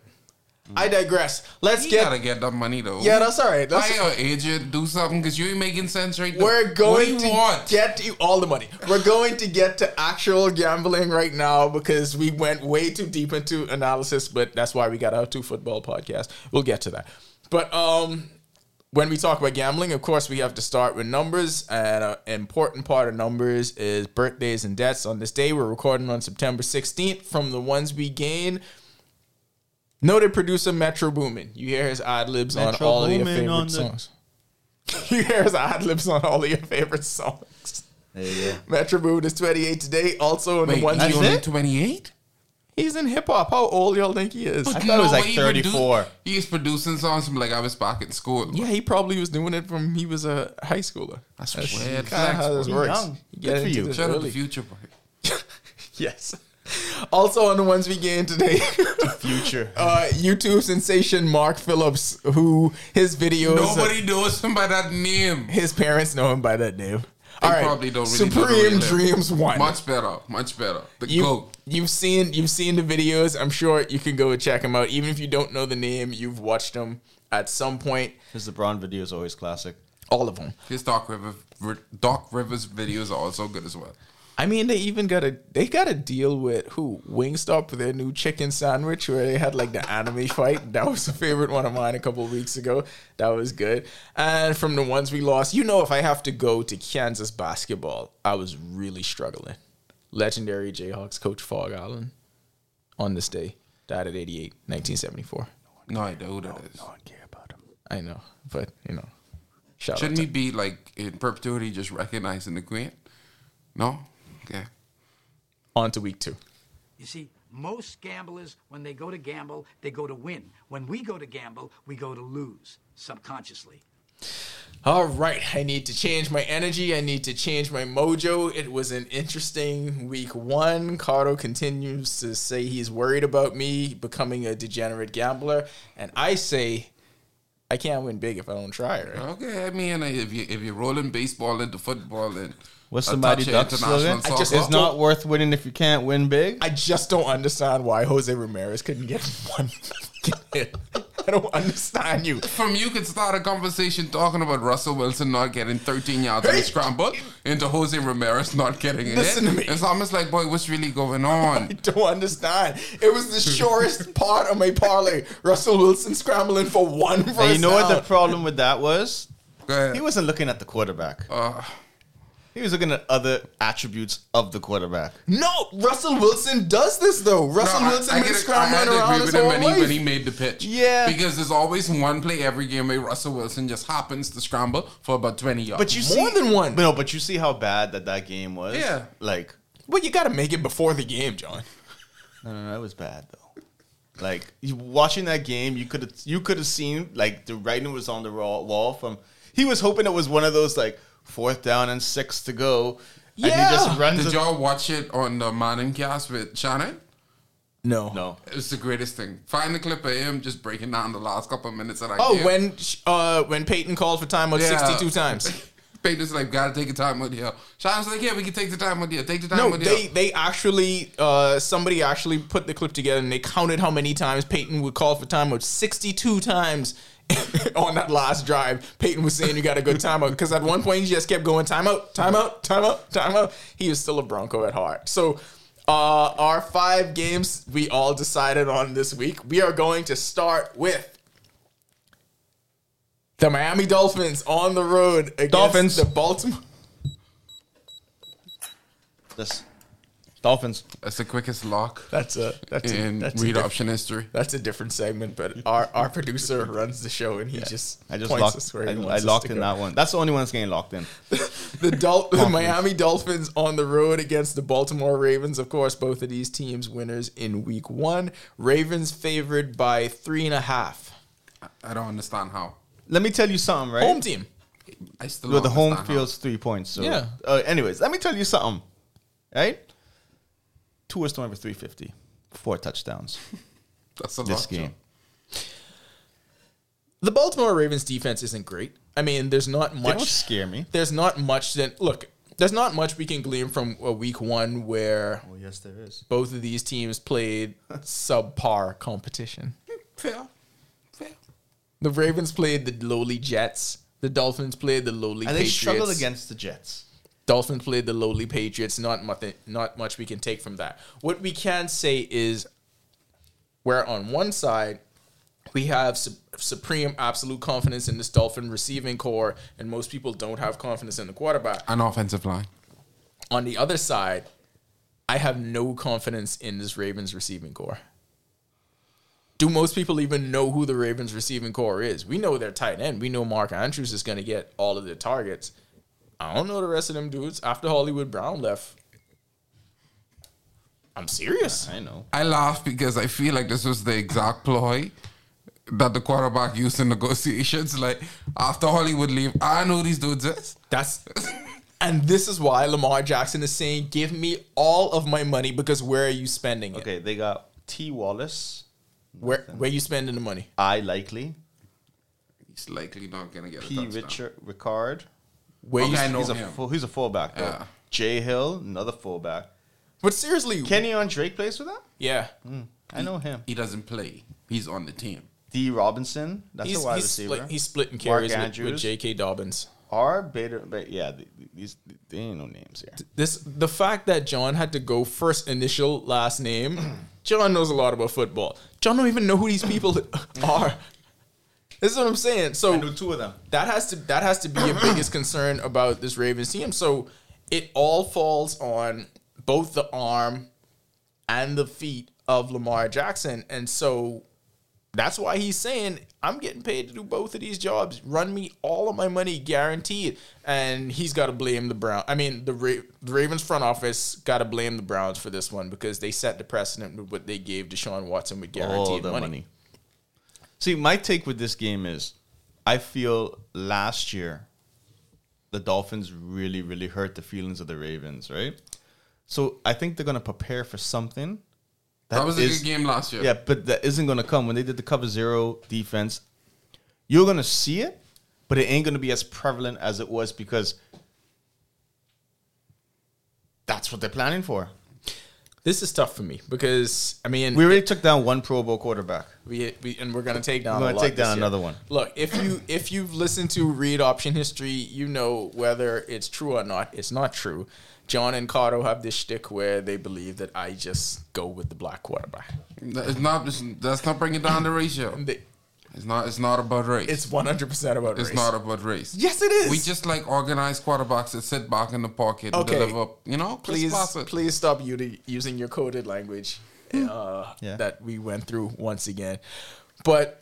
[SPEAKER 5] I digress. Let's
[SPEAKER 7] You
[SPEAKER 5] get
[SPEAKER 7] gotta get that money though.
[SPEAKER 5] Yeah, that's all right. That's-
[SPEAKER 7] Hire an agent, do something because you ain't making sense right now.
[SPEAKER 5] We're going
[SPEAKER 7] what do
[SPEAKER 5] to
[SPEAKER 7] you want?
[SPEAKER 5] get you all the money. We're going to get to actual gambling right now because we went way too deep into analysis, but that's why we got our two football podcast. We'll get to that. But um when we talk about gambling, of course, we have to start with numbers. And an important part of numbers is birthdays and deaths. On this day, we're recording on September 16th. From the ones we gain, Noted producer Metro Boomin. You hear his ad libs on
[SPEAKER 6] Metro
[SPEAKER 5] all of your
[SPEAKER 6] Boomin
[SPEAKER 5] favorite
[SPEAKER 6] on the-
[SPEAKER 5] songs. you hear his ad libs on all of your favorite songs.
[SPEAKER 6] There you go.
[SPEAKER 5] Metro Boomin is 28 today. Also in
[SPEAKER 7] Wait,
[SPEAKER 5] the one
[SPEAKER 7] he's
[SPEAKER 6] that's
[SPEAKER 7] only
[SPEAKER 6] it?
[SPEAKER 7] 28?
[SPEAKER 5] he's in hip hop. How old y'all think he is?
[SPEAKER 6] I thought it was like
[SPEAKER 7] he produ-
[SPEAKER 6] 34.
[SPEAKER 7] he's producing songs from like I was back in school.
[SPEAKER 5] Yeah, he probably was doing it from he was a high schooler.
[SPEAKER 7] That's weird.
[SPEAKER 5] kinda how this
[SPEAKER 7] Thanks,
[SPEAKER 5] works.
[SPEAKER 6] Young.
[SPEAKER 5] You
[SPEAKER 6] Good
[SPEAKER 5] get
[SPEAKER 6] for
[SPEAKER 5] into
[SPEAKER 6] you.
[SPEAKER 5] this
[SPEAKER 7] Shout out
[SPEAKER 5] early.
[SPEAKER 7] to Future Boy.
[SPEAKER 5] Yes. Also on the ones we gained today,
[SPEAKER 6] Future.
[SPEAKER 5] uh, YouTube sensation Mark Phillips, who his videos uh,
[SPEAKER 7] Nobody knows him by that name.
[SPEAKER 5] his parents know him by that name. All right,
[SPEAKER 7] probably don't really know the
[SPEAKER 5] Supreme
[SPEAKER 7] real name.
[SPEAKER 5] Dreams One.
[SPEAKER 7] Much better. Much better. The
[SPEAKER 5] you,
[SPEAKER 7] GOAT.
[SPEAKER 5] you've seen you've seen the videos. I'm sure you can go and check them out. Even if you don't know the name, you've watched them at some point.
[SPEAKER 6] His LeBron video is always classic.
[SPEAKER 5] All of them.
[SPEAKER 7] His Doc River Doc Rivers videos are also good as well.
[SPEAKER 5] I mean, they even got a they got to deal with who Wingstop for their new chicken sandwich where they had like the anime fight. That was a favorite one of mine a couple of weeks ago. That was good. And from the ones we lost, you know, if I have to go to Kansas basketball, I was really struggling. Legendary Jayhawks coach Fog Allen on this day died at 88, 1974.
[SPEAKER 7] No idea who that is.
[SPEAKER 5] I know, but you know, shout out
[SPEAKER 7] Shouldn't
[SPEAKER 5] to-
[SPEAKER 7] we be like in perpetuity just recognizing the Queen? No? Okay.
[SPEAKER 5] on to week two.
[SPEAKER 8] You see, most gamblers, when they go to gamble, they go to win. When we go to gamble, we go to lose, subconsciously.
[SPEAKER 5] All right, I need to change my energy. I need to change my mojo. It was an interesting week one. Cardo continues to say he's worried about me becoming a degenerate gambler, and I say I can't win big if I don't try. Right?
[SPEAKER 7] Okay, I mean, uh, if you if you're rolling baseball into football and
[SPEAKER 6] What's
[SPEAKER 7] a
[SPEAKER 6] the Mighty
[SPEAKER 7] touch of
[SPEAKER 6] Ducks slogan?
[SPEAKER 5] I just-
[SPEAKER 7] soccer-
[SPEAKER 6] It's not worth winning if you can't win big.
[SPEAKER 5] I just don't understand why Jose Ramirez couldn't get one fucking hit. I don't understand you.
[SPEAKER 7] From you could start a conversation talking about Russell Wilson not getting 13 yards on
[SPEAKER 5] Hey.
[SPEAKER 7] the scramble into Jose Ramirez not getting it.
[SPEAKER 5] Listen to me.
[SPEAKER 7] It's almost like, boy, what's really going on?
[SPEAKER 5] I don't understand. It was the surest part of my parlay. Russell Wilson scrambling for one first
[SPEAKER 6] And you know what the
[SPEAKER 5] down.
[SPEAKER 6] problem with that was?
[SPEAKER 7] Go ahead.
[SPEAKER 6] He wasn't looking at the quarterback.
[SPEAKER 7] Uh,
[SPEAKER 6] He was looking at other attributes of the quarterback.
[SPEAKER 5] No, Russell Wilson does this though.
[SPEAKER 7] no,
[SPEAKER 5] Russell
[SPEAKER 7] I-
[SPEAKER 5] Wilson
[SPEAKER 7] I
[SPEAKER 5] been
[SPEAKER 7] get it. I had
[SPEAKER 5] scrambling
[SPEAKER 7] to
[SPEAKER 5] around
[SPEAKER 7] agree
[SPEAKER 5] his
[SPEAKER 7] with him
[SPEAKER 5] whole
[SPEAKER 7] when he,
[SPEAKER 5] life.
[SPEAKER 7] when he made the pitch.
[SPEAKER 6] Yeah.
[SPEAKER 7] Because there's always one play every game where Russell Wilson just happens to scramble for about 20 yards.
[SPEAKER 6] But you see,
[SPEAKER 5] More than one.
[SPEAKER 6] No, but you see how bad that that game was.
[SPEAKER 7] Yeah.
[SPEAKER 6] like
[SPEAKER 5] Well, you got to make it before the game, John.
[SPEAKER 6] no, no, no, it was bad though. Like you, watching that game, you could you could have seen like the writing was on the raw, wall from. He was hoping it was one of those like fourth down and six to go, and he
[SPEAKER 5] Yeah.
[SPEAKER 6] just runs.
[SPEAKER 7] Did
[SPEAKER 6] it-
[SPEAKER 7] y'all watch it on the Manning cast with Shannon?
[SPEAKER 5] No.
[SPEAKER 6] no,
[SPEAKER 7] It was the greatest thing. Find the clip of him just breaking down the last couple of minutes of that
[SPEAKER 5] Oh,
[SPEAKER 7] game.
[SPEAKER 5] when uh when Peyton called for timeout
[SPEAKER 7] Yeah.
[SPEAKER 5] 62 times.
[SPEAKER 7] Peyton's like, gotta take the time out here. Shannon's like, yeah, we can take the time out here. Take the time
[SPEAKER 5] No,
[SPEAKER 7] out
[SPEAKER 5] they
[SPEAKER 7] here.
[SPEAKER 5] they actually uh somebody actually put the clip together and they counted how many times Peyton would call for timeout 62 times. on that last drive, Peyton was saying you got a good timeout because at one point he just kept going timeout, timeout, timeout, timeout. He was still a Bronco at heart. So, uh, our five games we all decided on this week. We are going to start with the Miami Dolphins on the road against
[SPEAKER 6] Dolphins.
[SPEAKER 5] the Baltimore.
[SPEAKER 6] this Dolphins.
[SPEAKER 7] That's the quickest lock
[SPEAKER 5] That's a that's a,
[SPEAKER 7] in
[SPEAKER 5] that's a
[SPEAKER 7] read
[SPEAKER 5] diff-
[SPEAKER 7] option history.
[SPEAKER 5] That's a different segment, but our, our producer runs the show and he just
[SPEAKER 6] I just
[SPEAKER 5] points
[SPEAKER 6] locked.
[SPEAKER 5] us where
[SPEAKER 6] I,
[SPEAKER 5] he
[SPEAKER 6] I
[SPEAKER 5] wants us
[SPEAKER 6] locked
[SPEAKER 5] to
[SPEAKER 6] in
[SPEAKER 5] go.
[SPEAKER 6] that one. That's the only one that's getting locked in.
[SPEAKER 5] The, Dol- the Miami Dolphins on the road against the Baltimore Ravens. Of course, both of these teams winners in Week One. Ravens favored by three and a half.
[SPEAKER 7] I don't understand how.
[SPEAKER 6] Let me tell you something, right?
[SPEAKER 5] Home team.
[SPEAKER 7] I still
[SPEAKER 6] Well,
[SPEAKER 7] don't
[SPEAKER 6] the home
[SPEAKER 7] understand
[SPEAKER 6] field's three points. So.
[SPEAKER 5] Yeah.
[SPEAKER 6] Uh, anyways, let me tell you something. Right? Two is throwing for 350, four touchdowns
[SPEAKER 7] how. That's a
[SPEAKER 6] this
[SPEAKER 7] lock.
[SPEAKER 6] game.
[SPEAKER 5] The Baltimore Ravens defense isn't great. I mean, there's not
[SPEAKER 6] They
[SPEAKER 5] much.
[SPEAKER 6] don't scare me.
[SPEAKER 5] There's not much that look. There's not much we can glean from a Week One where
[SPEAKER 6] Well, Oh, yes, there is.
[SPEAKER 5] both of these teams played subpar competition.
[SPEAKER 7] Fair. Fair.
[SPEAKER 5] The Ravens played the lowly Jets. The Dolphins played the lowly
[SPEAKER 6] And they
[SPEAKER 5] Patriots.
[SPEAKER 6] struggled against the Jets.
[SPEAKER 5] Dolphins played the lowly Patriots. Not much, not much we can take from that. What we can say is where on one side we have su- supreme absolute confidence in this Dolphin receiving core, and most people don't have confidence in the quarterback.
[SPEAKER 7] An offensive line.
[SPEAKER 5] On the other side, I have no confidence in this Ravens receiving core. do most people even know who the Ravens receiving core is? We know their tight end. We know Mark Andrews is going to get all of the targets. I don't know the rest of them dudes after Hollywood Brown left. I'm serious.
[SPEAKER 6] I know.
[SPEAKER 7] I laugh because I feel like this was the exact ploy that the quarterback used in negotiations. Like after Hollywood leave, I know these dudes is.
[SPEAKER 5] That's and this is why Lamar Jackson is saying, "Give me all of my money because where are you spending it?
[SPEAKER 6] Okay, they got T. Wallace.
[SPEAKER 5] Where where you spending the money?
[SPEAKER 6] I likely.
[SPEAKER 7] He's likely not gonna get a
[SPEAKER 6] P.
[SPEAKER 7] touchdown.
[SPEAKER 6] Richard Ricard.
[SPEAKER 5] Where
[SPEAKER 7] Okay,
[SPEAKER 5] you?"
[SPEAKER 7] I know
[SPEAKER 6] He's a
[SPEAKER 7] him.
[SPEAKER 6] full, he's a fullback. Though.
[SPEAKER 7] Yeah.
[SPEAKER 6] Jay Hill, another fullback.
[SPEAKER 5] But seriously,
[SPEAKER 6] Kenny on Drake plays with that.
[SPEAKER 5] yeah,
[SPEAKER 6] I know him.
[SPEAKER 7] He doesn't play. He's on the team.
[SPEAKER 6] D. Robinson. That's
[SPEAKER 5] he's
[SPEAKER 6] a wide
[SPEAKER 5] he's,
[SPEAKER 6] receiver.
[SPEAKER 5] split, he's splitting
[SPEAKER 6] Mark
[SPEAKER 5] carries with, with
[SPEAKER 6] Andrews.
[SPEAKER 5] J.K. Dobbins.
[SPEAKER 6] R. Bader. But yeah, th- th- these they ain't no names here.
[SPEAKER 5] This the fact that John had to go first initial last name. John knows a lot about football. John don't even know who these people are. This is what I'm saying. So
[SPEAKER 6] two of them.
[SPEAKER 5] that has to that has to be your biggest concern about this Ravens team. So it all falls on both the arm and the feet of Lamar Jackson, and so that's why he's saying I'm getting paid to do both of these jobs. Run me all of my money guaranteed, and he's got to blame the Brown. I mean the, Ra- the Ravens front office got to blame the Browns for this one because they set the precedent with what they gave Deshaun Watson with
[SPEAKER 6] All
[SPEAKER 5] guaranteed
[SPEAKER 6] the money.
[SPEAKER 5] money.
[SPEAKER 6] See, my take with this game is, I feel last year, the Dolphins really, really hurt the feelings of the Ravens, right? So I think they're gonna prepare for something.
[SPEAKER 7] That, was a
[SPEAKER 6] is-
[SPEAKER 7] good game last year.
[SPEAKER 6] Yeah, but that isn't going to come when they did the cover zero defense. You're going to see it, but it ain't going to be as prevalent as it was because that's what they're planning for.
[SPEAKER 5] This is tough for me because I mean
[SPEAKER 6] We already took down one Pro Bowl quarterback.
[SPEAKER 5] We, we and we're gonna take down.
[SPEAKER 6] We're
[SPEAKER 5] We're
[SPEAKER 6] gonna take down another one.
[SPEAKER 5] Look, if you if you've listened to read option history, you know whether it's true or not. It's not true. John and Cardo have this shtick where they believe that I just go with the black quarterback.
[SPEAKER 7] That- It's not. It's, that's not bringing down the ratio.
[SPEAKER 5] They-
[SPEAKER 7] It's not. It's not about race.
[SPEAKER 5] It's one hundred percent about
[SPEAKER 7] It's
[SPEAKER 5] race.
[SPEAKER 7] not about race.
[SPEAKER 5] yes, it is.
[SPEAKER 7] We just like organized quarterbacks that sit back in the pocket
[SPEAKER 5] Okay.
[SPEAKER 7] and deliver. You know, Chris
[SPEAKER 5] please
[SPEAKER 7] Bassett.
[SPEAKER 5] please stop you to using your coded language uh,
[SPEAKER 6] Yeah.
[SPEAKER 5] that we went through once again. But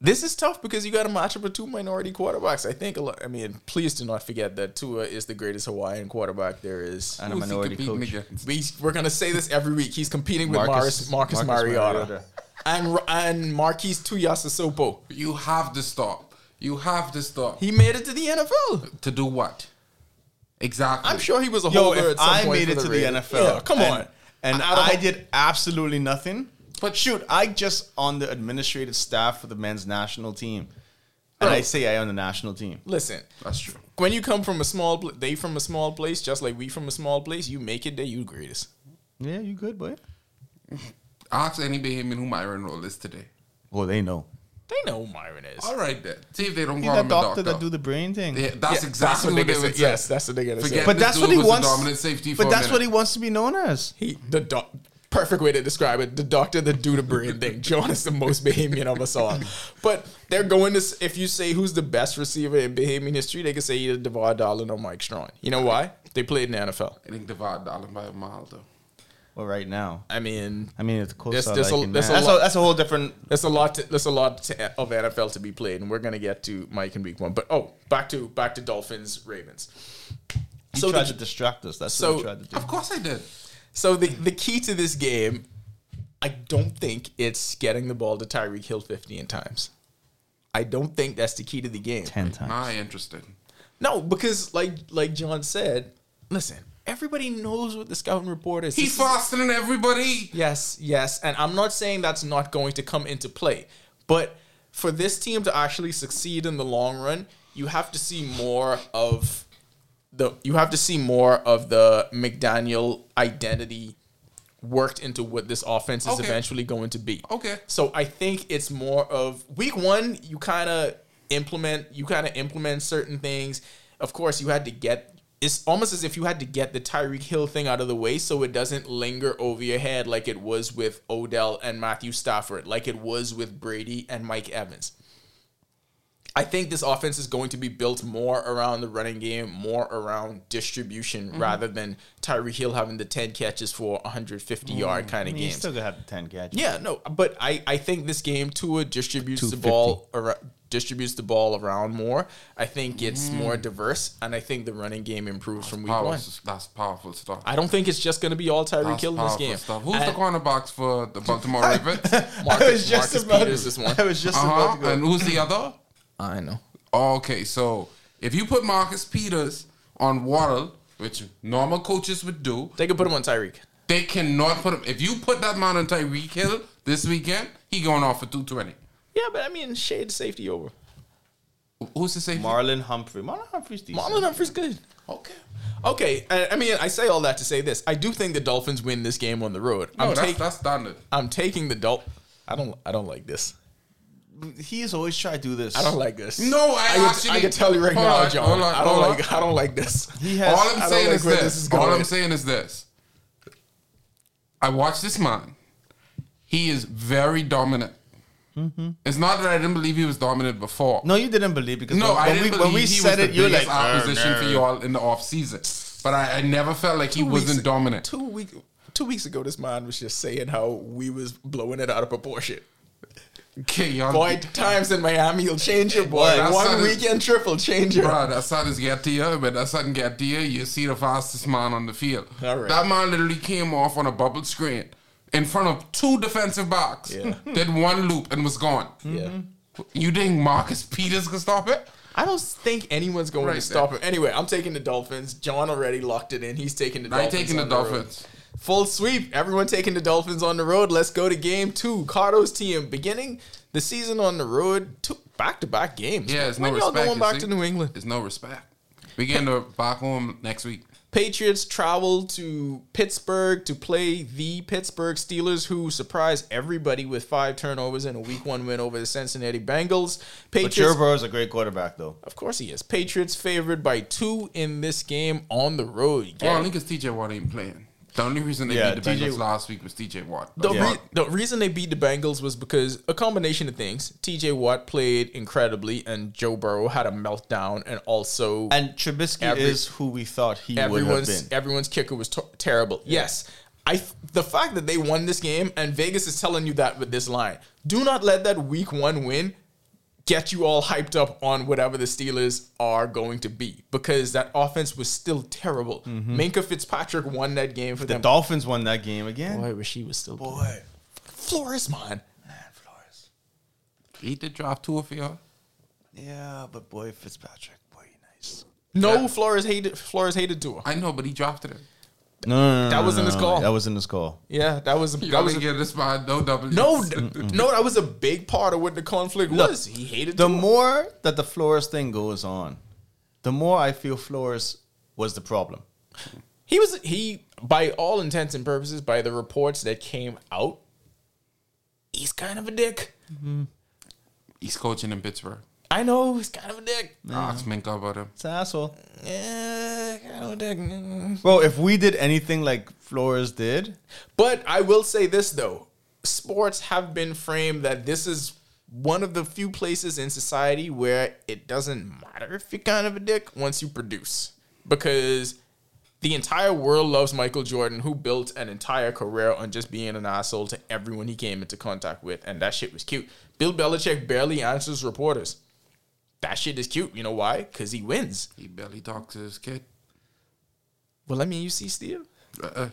[SPEAKER 5] this is tough because you got a matchup with two minority quarterbacks. I think a lot. I mean, please do not forget that Tua is the greatest Hawaiian quarterback there is.
[SPEAKER 6] And a
[SPEAKER 7] Who's he
[SPEAKER 6] minority
[SPEAKER 7] competing
[SPEAKER 6] coach.
[SPEAKER 7] against?
[SPEAKER 5] We, we're gonna say this every week. He's competing with
[SPEAKER 6] Marcus-
[SPEAKER 5] Marcus Marcus,
[SPEAKER 6] Marcus
[SPEAKER 5] Mariota,
[SPEAKER 6] Mariota.
[SPEAKER 5] and and Marquise Tuiasosopo.
[SPEAKER 7] You have to stop. You have to stop.
[SPEAKER 5] He made it to the NFL.
[SPEAKER 7] to do what? Exactly.
[SPEAKER 5] I'm sure he was a
[SPEAKER 6] Yo,
[SPEAKER 5] holder
[SPEAKER 6] if
[SPEAKER 5] at some
[SPEAKER 6] I
[SPEAKER 5] point
[SPEAKER 6] made
[SPEAKER 5] for
[SPEAKER 6] it to the
[SPEAKER 5] Ravens.
[SPEAKER 6] NFL,
[SPEAKER 5] Yeah, come
[SPEAKER 6] and-
[SPEAKER 5] on.
[SPEAKER 6] and
[SPEAKER 5] Out of
[SPEAKER 6] I
[SPEAKER 5] a-
[SPEAKER 6] did absolutely nothing. But
[SPEAKER 7] But-
[SPEAKER 6] shoot, I just on the administrative staff for the men's national team, and I say I own the national team.
[SPEAKER 5] Listen,
[SPEAKER 7] That's true.
[SPEAKER 5] when you come from a small, pl- they from a small place, just like we from a small place. You make it, there you greatest.
[SPEAKER 6] Yeah, you good, boy?
[SPEAKER 7] Ask any Bahamian who my role is today.
[SPEAKER 6] Well, they know.
[SPEAKER 5] They know who Myron is.
[SPEAKER 7] All right then. See if they don't
[SPEAKER 6] He's
[SPEAKER 7] call
[SPEAKER 6] that
[SPEAKER 7] him a
[SPEAKER 6] doctor
[SPEAKER 7] doctor.
[SPEAKER 6] that do the brain thing.
[SPEAKER 7] yeah, that's
[SPEAKER 5] Yeah,
[SPEAKER 7] exactly
[SPEAKER 5] that's what
[SPEAKER 7] what, they
[SPEAKER 5] niggas
[SPEAKER 7] would
[SPEAKER 5] say.
[SPEAKER 7] say.
[SPEAKER 5] Yes, that's what they're gonna say.
[SPEAKER 7] Forget-
[SPEAKER 6] But
[SPEAKER 7] This
[SPEAKER 6] that's
[SPEAKER 7] dude
[SPEAKER 6] what he
[SPEAKER 7] was a
[SPEAKER 6] wants.
[SPEAKER 7] dominant safety for
[SPEAKER 6] but
[SPEAKER 7] a
[SPEAKER 6] that's
[SPEAKER 7] minute.
[SPEAKER 6] what he wants to be known as.
[SPEAKER 5] He the doc, perfect way to describe it. The doctor, the do the brain thing. John is the most Bahamian of us all. But they're going to. s- If you say who's the best receiver in Bahamian history, they can say either DeVar Darlin or Mike Strawn. You know why? They played in the NFL.
[SPEAKER 7] I think Devad Allen by a mile though.
[SPEAKER 6] Well, right now,
[SPEAKER 5] I mean,
[SPEAKER 6] I mean, it's cool.
[SPEAKER 5] There's-
[SPEAKER 6] That's,
[SPEAKER 5] there's a- there's a
[SPEAKER 6] that's,
[SPEAKER 5] lot-
[SPEAKER 6] a, that's a whole different.
[SPEAKER 5] That's a lot. To, that's a lot to, of NFL to be played, and we're gonna get to Mike in Week One. But oh, back to back to Dolphins Ravens.
[SPEAKER 6] He
[SPEAKER 5] So
[SPEAKER 6] tried
[SPEAKER 5] the-
[SPEAKER 6] to distract us. That's
[SPEAKER 5] so-
[SPEAKER 6] what he tried to do.
[SPEAKER 7] Of course I did.
[SPEAKER 5] So the the key to this game, I don't think it's getting the ball to Tyreek Hill 15 times. I don't think that's the key to the game.
[SPEAKER 6] Ten times.
[SPEAKER 7] Nah, interested.
[SPEAKER 5] No, because like like John said, listen, everybody knows what the scouting report is.
[SPEAKER 7] He's
[SPEAKER 5] This is-
[SPEAKER 7] faster than everybody.
[SPEAKER 5] Yes, yes. And I'm not saying that's not going to come into play, but for this team to actually succeed in the long run, you have to see more of the you have to see more of the McDaniel identity worked into what this offense is
[SPEAKER 7] Okay.
[SPEAKER 5] eventually going to be.
[SPEAKER 7] Okay.
[SPEAKER 5] So I think it's more of week 1 you kind of implement you kind of implement certain things. Of course, you had to get it's almost as if you had to get the Tyreek Hill thing out of the way so it doesn't linger over your head like it was with Odell and Matthew Stafford, like it was with Brady and Mike Evans. I think this offense is going to be built more around the running game, more around distribution, rather than Tyree Hill having the 10 catches for 150 yard kind of
[SPEAKER 6] He's
[SPEAKER 5] games.
[SPEAKER 6] still gonna have the ten catches.
[SPEAKER 5] Yeah, no, but I, I think this game Tua distributes the
[SPEAKER 6] 250.
[SPEAKER 5] ball ar- distributes the ball around more. I think it's
[SPEAKER 7] Mm.
[SPEAKER 5] more diverse, and I think the running game improves from week
[SPEAKER 7] Powerful-
[SPEAKER 5] one.
[SPEAKER 7] Oh, that's powerful stuff.
[SPEAKER 5] I don't think it's just going to be all Tyreek
[SPEAKER 7] That's
[SPEAKER 5] Hill in this
[SPEAKER 7] powerful
[SPEAKER 5] game.
[SPEAKER 7] stuff. Who's the
[SPEAKER 5] And
[SPEAKER 7] corner box for the Baltimore Ravens? uh-huh.
[SPEAKER 6] I was
[SPEAKER 5] Marcus,
[SPEAKER 6] just
[SPEAKER 5] Marcus
[SPEAKER 6] about.
[SPEAKER 5] Peters is one.
[SPEAKER 6] I was just about to go.
[SPEAKER 7] And who's the other? Oh,
[SPEAKER 5] I know.
[SPEAKER 7] Okay, so if you put Marcus Peters on Waddle, which normal coaches would do,
[SPEAKER 5] They could put him on Tyreek.
[SPEAKER 7] they cannot put him. If you put that man on Tyreek Hill this weekend, he going off for two twenty.
[SPEAKER 5] Yeah, but I mean, shade safety over.
[SPEAKER 7] Who's the safety?
[SPEAKER 6] Marlon Humphrey. Marlon Humphrey's decent.
[SPEAKER 5] Marlon Humphrey's good.
[SPEAKER 7] okay.
[SPEAKER 5] Okay, I, I mean, I say all that to say this. I do think the Dolphins win this game on the road.
[SPEAKER 7] No,
[SPEAKER 5] I'm,
[SPEAKER 7] that's,
[SPEAKER 5] take,
[SPEAKER 7] that's standard.
[SPEAKER 5] I'm taking the Dol. I don't. I don't like this.
[SPEAKER 6] He's always tried to do this.
[SPEAKER 5] I don't like this.
[SPEAKER 7] No, I,
[SPEAKER 5] I can,
[SPEAKER 7] actually
[SPEAKER 5] I can tell you right
[SPEAKER 7] Hold
[SPEAKER 5] now,
[SPEAKER 7] on,
[SPEAKER 5] John.
[SPEAKER 7] hold on,
[SPEAKER 5] I don't
[SPEAKER 7] hold on.
[SPEAKER 5] like. I don't like this.
[SPEAKER 6] He has.
[SPEAKER 7] All
[SPEAKER 5] I
[SPEAKER 7] I'm
[SPEAKER 5] don't
[SPEAKER 7] saying
[SPEAKER 5] like
[SPEAKER 7] is
[SPEAKER 5] where
[SPEAKER 7] this.
[SPEAKER 5] this is
[SPEAKER 7] All
[SPEAKER 5] going.
[SPEAKER 7] I'm saying is this. I watched this man. He is very dominant. It's not that I didn't believe he was dominant before.
[SPEAKER 6] no, you didn't believe because
[SPEAKER 7] No,
[SPEAKER 6] when,
[SPEAKER 7] I
[SPEAKER 6] when
[SPEAKER 7] didn't
[SPEAKER 6] we,
[SPEAKER 7] believe
[SPEAKER 6] when we
[SPEAKER 7] he
[SPEAKER 6] said
[SPEAKER 7] was
[SPEAKER 6] it,
[SPEAKER 7] the
[SPEAKER 6] you're like
[SPEAKER 7] biggest opposition for you all in the off season. But I, I never felt like he
[SPEAKER 5] weeks-
[SPEAKER 7] wasn't dominant.
[SPEAKER 5] Two week, two weeks ago, this man was just saying how we was blowing it out of proportion.
[SPEAKER 7] Okay, y'all.
[SPEAKER 5] Boy, times in Miami, you'll change your boy.
[SPEAKER 7] that's
[SPEAKER 5] One
[SPEAKER 7] not-
[SPEAKER 5] weekend triple, change your.
[SPEAKER 7] Bro, that sudden get to you, but that sudden get to you, you see the fastest man on the field.
[SPEAKER 5] All right.
[SPEAKER 7] That man literally came off on a bubble screen in front of two defensive backs,
[SPEAKER 5] Yeah. Hmm.
[SPEAKER 7] did one loop and was gone.
[SPEAKER 5] Yeah.
[SPEAKER 7] You think Marcus Peters could stop it?
[SPEAKER 5] I don't think anyone's going to
[SPEAKER 7] Right there.
[SPEAKER 5] stop him. Anyway, I'm taking the Dolphins. John already locked it in. He's taking the
[SPEAKER 7] I
[SPEAKER 5] Dolphins.
[SPEAKER 7] taking the
[SPEAKER 5] on road.
[SPEAKER 7] Dolphins.
[SPEAKER 5] Full sweep. Everyone taking the Dolphins on the road. Let's go to game two. Cardo's team beginning the season on the road. Two back to back games.
[SPEAKER 7] Yeah, it's
[SPEAKER 5] when
[SPEAKER 7] no
[SPEAKER 5] y'all
[SPEAKER 7] respect.
[SPEAKER 5] going
[SPEAKER 7] you
[SPEAKER 5] back
[SPEAKER 7] see?
[SPEAKER 5] to New England?
[SPEAKER 7] It's no respect. We getting to back home next week.
[SPEAKER 5] Patriots travel to Pittsburgh to play the Pittsburgh Steelers, who surprised everybody with five turnovers and a Week One win over the Cincinnati Bengals.
[SPEAKER 6] But Joe
[SPEAKER 5] Patriots,
[SPEAKER 6] Burrow is a great quarterback, though.
[SPEAKER 5] of course, he is. Patriots favored by two in this game on the road. You
[SPEAKER 7] Well,
[SPEAKER 5] get
[SPEAKER 7] I
[SPEAKER 5] it?
[SPEAKER 7] think it's TJ Watt ain't playing. The only reason they
[SPEAKER 6] Yeah,
[SPEAKER 7] beat the
[SPEAKER 6] TJ
[SPEAKER 7] Bengals last week was TJ Watt.
[SPEAKER 5] The,
[SPEAKER 6] Yeah.
[SPEAKER 5] re- the reason they beat the Bengals was because a combination of things. TJ Watt played incredibly, and Joe Burrow had a meltdown, and also
[SPEAKER 6] And Trubisky
[SPEAKER 5] Every-
[SPEAKER 6] is who we thought he would have
[SPEAKER 5] everyone's
[SPEAKER 6] been.
[SPEAKER 5] everyone's kicker was ter- terrible. Yes, I th- the fact that they won this game, and Vegas is telling you that with this line. Do not let that Week One win get you all hyped up on whatever the Steelers are going to be because that offense was still terrible. Minka Fitzpatrick won that game for
[SPEAKER 6] Mm-hmm. The
[SPEAKER 5] them.
[SPEAKER 6] Dolphins won that game again.
[SPEAKER 5] Boy, she was still boy. Flores, man.
[SPEAKER 7] He did drop two of y'all.
[SPEAKER 6] Yeah, but boy, Fitzpatrick, boy, he nice.
[SPEAKER 5] No, Flores hated Flores hated Tua.
[SPEAKER 7] I know, but he dropped it.
[SPEAKER 6] No, no, no,
[SPEAKER 5] That
[SPEAKER 6] no,
[SPEAKER 5] was in
[SPEAKER 6] no,
[SPEAKER 5] his
[SPEAKER 6] no,
[SPEAKER 5] call.
[SPEAKER 6] That was in his call.
[SPEAKER 5] Yeah, that was
[SPEAKER 7] You
[SPEAKER 5] that
[SPEAKER 7] don't
[SPEAKER 5] was a,
[SPEAKER 7] get this by no W.
[SPEAKER 5] no th- no that was a big part of what the conflict was. He hated
[SPEAKER 6] The
[SPEAKER 5] Tua.
[SPEAKER 6] more that the Flores thing goes on, the more I feel Flores was the problem.
[SPEAKER 5] He was he by all intents and purposes by the reports that came out. He's kind of a dick.
[SPEAKER 7] He's coaching in Pittsburgh.
[SPEAKER 5] I know he's kind of a dick.
[SPEAKER 7] Ask Minka about him.
[SPEAKER 6] It's an asshole.
[SPEAKER 5] Yeah, kind of a dick. Mm.
[SPEAKER 6] Bro, if we did anything like Flores did,
[SPEAKER 5] But I will say this though. Sports have been framed that this is one of the few places in society where it doesn't matter if you're kind of a dick once you produce. Because the entire world loves Michael Jordan, who built an entire career on just being an asshole to everyone he came into contact with, and that shit was cute. Bill Belichick barely answers reporters. That shit is cute. You know why? Because he wins.
[SPEAKER 7] He barely talks to his kid.
[SPEAKER 5] Well, I mean, you see, Steve,
[SPEAKER 7] Uh, uh,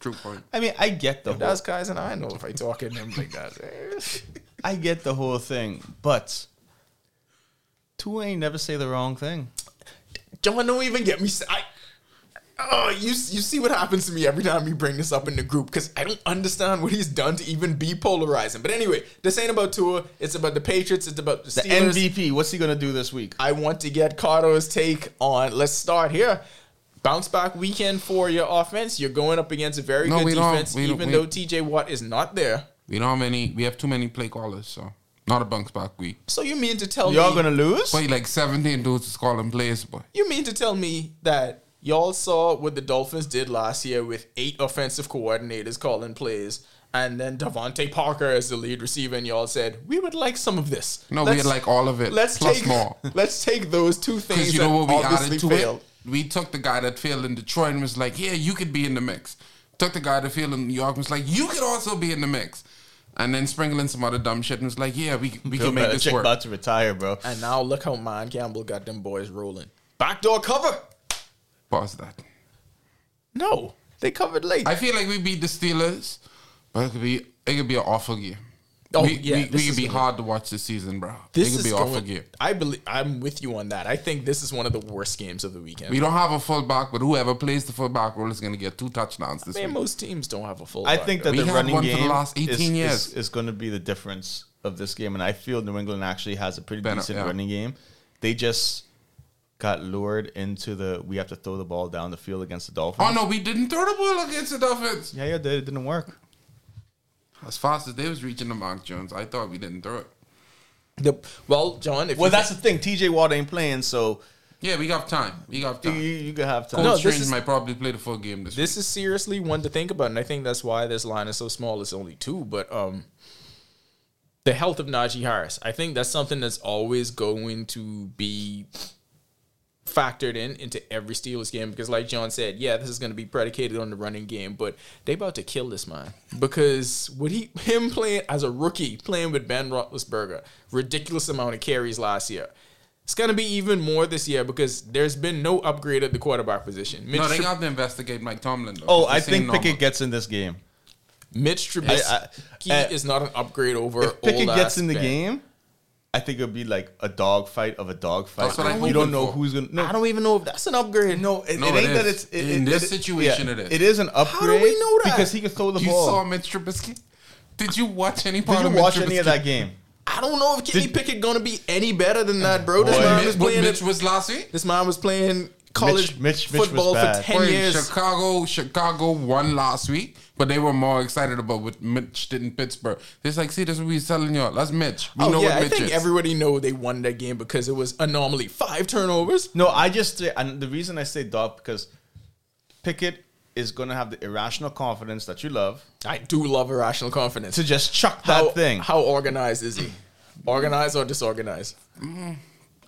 [SPEAKER 7] true point.
[SPEAKER 6] I mean, I get the whole,
[SPEAKER 5] that's guys, and I know if I talk at him like that.
[SPEAKER 6] I get the whole thing, but two ain't never say the wrong thing.
[SPEAKER 5] John, don't even get me. s- I, oh, you you see what happens to me every time you bring this up in the group because I don't understand what he's done to even be polarizing. But anyway, this ain't about Tua. It's about the Patriots. It's about the
[SPEAKER 6] The
[SPEAKER 5] Steelers.
[SPEAKER 6] MVP, what's he gonna do this week?
[SPEAKER 5] I want to get Cardo's take on. Let's start here. Bounce back weekend for your offense. You're going up against a very
[SPEAKER 7] No,
[SPEAKER 5] good
[SPEAKER 7] we don't.
[SPEAKER 5] defense,
[SPEAKER 7] We don't-
[SPEAKER 5] even
[SPEAKER 7] we-
[SPEAKER 5] though TJ Watt is not there.
[SPEAKER 7] We don't have any. We have too many play callers, so not a bounce back week.
[SPEAKER 5] So you mean to tell
[SPEAKER 6] Y'all
[SPEAKER 5] me
[SPEAKER 6] gonna lose?
[SPEAKER 7] Play like seventeen dudes is calling plays, boy.
[SPEAKER 5] You mean to tell me that y'all saw what the Dolphins did last year with eight offensive coordinators calling plays and then Devontae Parker as the lead receiver, and y'all said we would like some of this.
[SPEAKER 7] No,
[SPEAKER 5] Let's-
[SPEAKER 7] we'd like all of it,
[SPEAKER 5] Let's
[SPEAKER 7] plus
[SPEAKER 5] take
[SPEAKER 7] more.
[SPEAKER 5] Let's take those two
[SPEAKER 7] Because
[SPEAKER 5] things
[SPEAKER 7] you know what we
[SPEAKER 5] that
[SPEAKER 7] added
[SPEAKER 5] obviously
[SPEAKER 7] to
[SPEAKER 5] failed.
[SPEAKER 7] it? We took the guy that failed in Detroit and was like, yeah, you could be in the mix. Took the guy that failed in New York and was like, you could also be in the mix. And then sprinkling some other dumb shit and was like, yeah, we, we
[SPEAKER 6] Bill
[SPEAKER 7] can make this
[SPEAKER 6] Belichick
[SPEAKER 7] work.
[SPEAKER 6] about to retire, bro.
[SPEAKER 5] And now look how Mon Campbell got them boys rolling.
[SPEAKER 6] Backdoor cover.
[SPEAKER 7] Pause that.
[SPEAKER 5] No, they covered late.
[SPEAKER 7] I feel like we beat the Steelers, but it could be it could be an awful year.
[SPEAKER 5] Oh,
[SPEAKER 7] we,
[SPEAKER 5] yeah,
[SPEAKER 7] we,
[SPEAKER 5] this
[SPEAKER 7] we could
[SPEAKER 5] is
[SPEAKER 7] be
[SPEAKER 5] gonna-
[SPEAKER 7] hard to watch this season, bro. it
[SPEAKER 5] this
[SPEAKER 7] could
[SPEAKER 5] is
[SPEAKER 7] be
[SPEAKER 5] going,
[SPEAKER 7] awful year.
[SPEAKER 5] I believe I'm with you on that. I think this is one of the worst games of the weekend.
[SPEAKER 7] We don't have a fullback, but whoever plays the fullback role is going to get two touchdowns this
[SPEAKER 5] Man,
[SPEAKER 7] week.
[SPEAKER 5] most teams don't have a full.
[SPEAKER 6] I think that
[SPEAKER 7] We
[SPEAKER 6] the
[SPEAKER 7] had
[SPEAKER 6] running
[SPEAKER 7] one for the
[SPEAKER 6] game
[SPEAKER 7] last 18
[SPEAKER 6] is,
[SPEAKER 7] years.
[SPEAKER 6] is, going to be the difference of this game, and I feel New England actually has a pretty
[SPEAKER 7] Better,
[SPEAKER 6] decent
[SPEAKER 7] yeah.
[SPEAKER 6] running game. They just got lured into the we have to throw the ball down the field against the Dolphins.
[SPEAKER 7] Oh no, we didn't throw the ball against the Dolphins.
[SPEAKER 6] Yeah, yeah, they, it didn't work.
[SPEAKER 7] As fast as they was reaching the Mark Jones, I thought we didn't throw it.
[SPEAKER 5] The, well, John, if
[SPEAKER 6] Well,
[SPEAKER 5] you
[SPEAKER 6] that's the
[SPEAKER 5] think-
[SPEAKER 6] thing. TJ Watt ain't playing, so
[SPEAKER 7] Yeah, we got time. We got
[SPEAKER 6] you,
[SPEAKER 7] time.
[SPEAKER 6] you could have time.
[SPEAKER 7] Coach
[SPEAKER 5] No, this
[SPEAKER 7] Strange
[SPEAKER 5] is-
[SPEAKER 7] might probably play the full game this,
[SPEAKER 5] this is seriously one to think about, and I think that's why this line is so small. It's only two, but um, the health of Najee Harris, I think that's something that's always going to be factored in into every Steelers game because, like John said, yeah, this is going to be predicated on the running game, but they about to kill this man because would he him playing as a rookie playing with Ben Roethlisberger, ridiculous amount of carries last year. It's gonna be even more this year because there's been no upgrade at the quarterback position.
[SPEAKER 7] week.
[SPEAKER 5] Mitch
[SPEAKER 7] No, they
[SPEAKER 5] Trub-
[SPEAKER 7] got to investigate Mike Tomlin. Though,
[SPEAKER 6] oh,
[SPEAKER 7] 'cause
[SPEAKER 6] I
[SPEAKER 7] this ain't
[SPEAKER 6] think Pickett
[SPEAKER 7] normal.
[SPEAKER 6] gets in this game.
[SPEAKER 5] Mitch
[SPEAKER 6] I-
[SPEAKER 5] Trubisky
[SPEAKER 6] I-
[SPEAKER 5] is not an upgrade over.
[SPEAKER 6] If Pickett
[SPEAKER 5] old
[SPEAKER 6] gets
[SPEAKER 5] ass
[SPEAKER 6] in the
[SPEAKER 5] Ben.
[SPEAKER 6] game, I think it'll be like a dog fight of a dog fight.
[SPEAKER 7] That's what I'm
[SPEAKER 6] you don't
[SPEAKER 7] hoping
[SPEAKER 6] know
[SPEAKER 7] for.
[SPEAKER 6] who's gonna. No,
[SPEAKER 5] I don't even know if that's an upgrade.
[SPEAKER 6] No, it,
[SPEAKER 7] No,
[SPEAKER 6] it
[SPEAKER 7] it
[SPEAKER 6] ain't that
[SPEAKER 7] is.
[SPEAKER 6] it's it-
[SPEAKER 7] In
[SPEAKER 6] it-
[SPEAKER 7] this
[SPEAKER 6] it-
[SPEAKER 7] situation,
[SPEAKER 6] yeah,
[SPEAKER 7] it is.
[SPEAKER 6] It is an upgrade.
[SPEAKER 5] we know that?
[SPEAKER 6] Because he can throw the
[SPEAKER 7] You
[SPEAKER 6] ball.
[SPEAKER 7] saw Mitch Trubisky? Did you watch any part
[SPEAKER 6] Did
[SPEAKER 7] of
[SPEAKER 6] you
[SPEAKER 7] Mitch
[SPEAKER 6] watch any of
[SPEAKER 7] Trubisky?
[SPEAKER 6] that game?
[SPEAKER 5] I don't know if Kenny Pickett gonna be any better than that, bro. This
[SPEAKER 6] Boy.
[SPEAKER 5] man
[SPEAKER 6] Mitch-
[SPEAKER 5] was
[SPEAKER 7] Mitch, what
[SPEAKER 5] playing.
[SPEAKER 7] Mitch was last week?
[SPEAKER 5] this man was playing college
[SPEAKER 6] Mitch- Mitch was
[SPEAKER 5] football for
[SPEAKER 6] bad.
[SPEAKER 5] ten
[SPEAKER 7] Wait,
[SPEAKER 5] years.
[SPEAKER 7] Chicago, Chicago won last week, but they were more excited about what Mitch did in Pittsburgh. It's like, see, this is what we're telling y'all. That's Mitch. We
[SPEAKER 5] oh
[SPEAKER 7] know
[SPEAKER 5] yeah,
[SPEAKER 7] what
[SPEAKER 5] I
[SPEAKER 7] Mitch
[SPEAKER 5] think
[SPEAKER 7] is.
[SPEAKER 5] everybody know they won that game because it was anomaly five turnovers.
[SPEAKER 6] No, I just say- and the reason I say dog because Pickett is gonna have the irrational confidence that you love
[SPEAKER 5] I do love irrational confidence.
[SPEAKER 6] to just chuck that
[SPEAKER 5] how,
[SPEAKER 6] thing.
[SPEAKER 5] How organized is he? Organized or disorganized?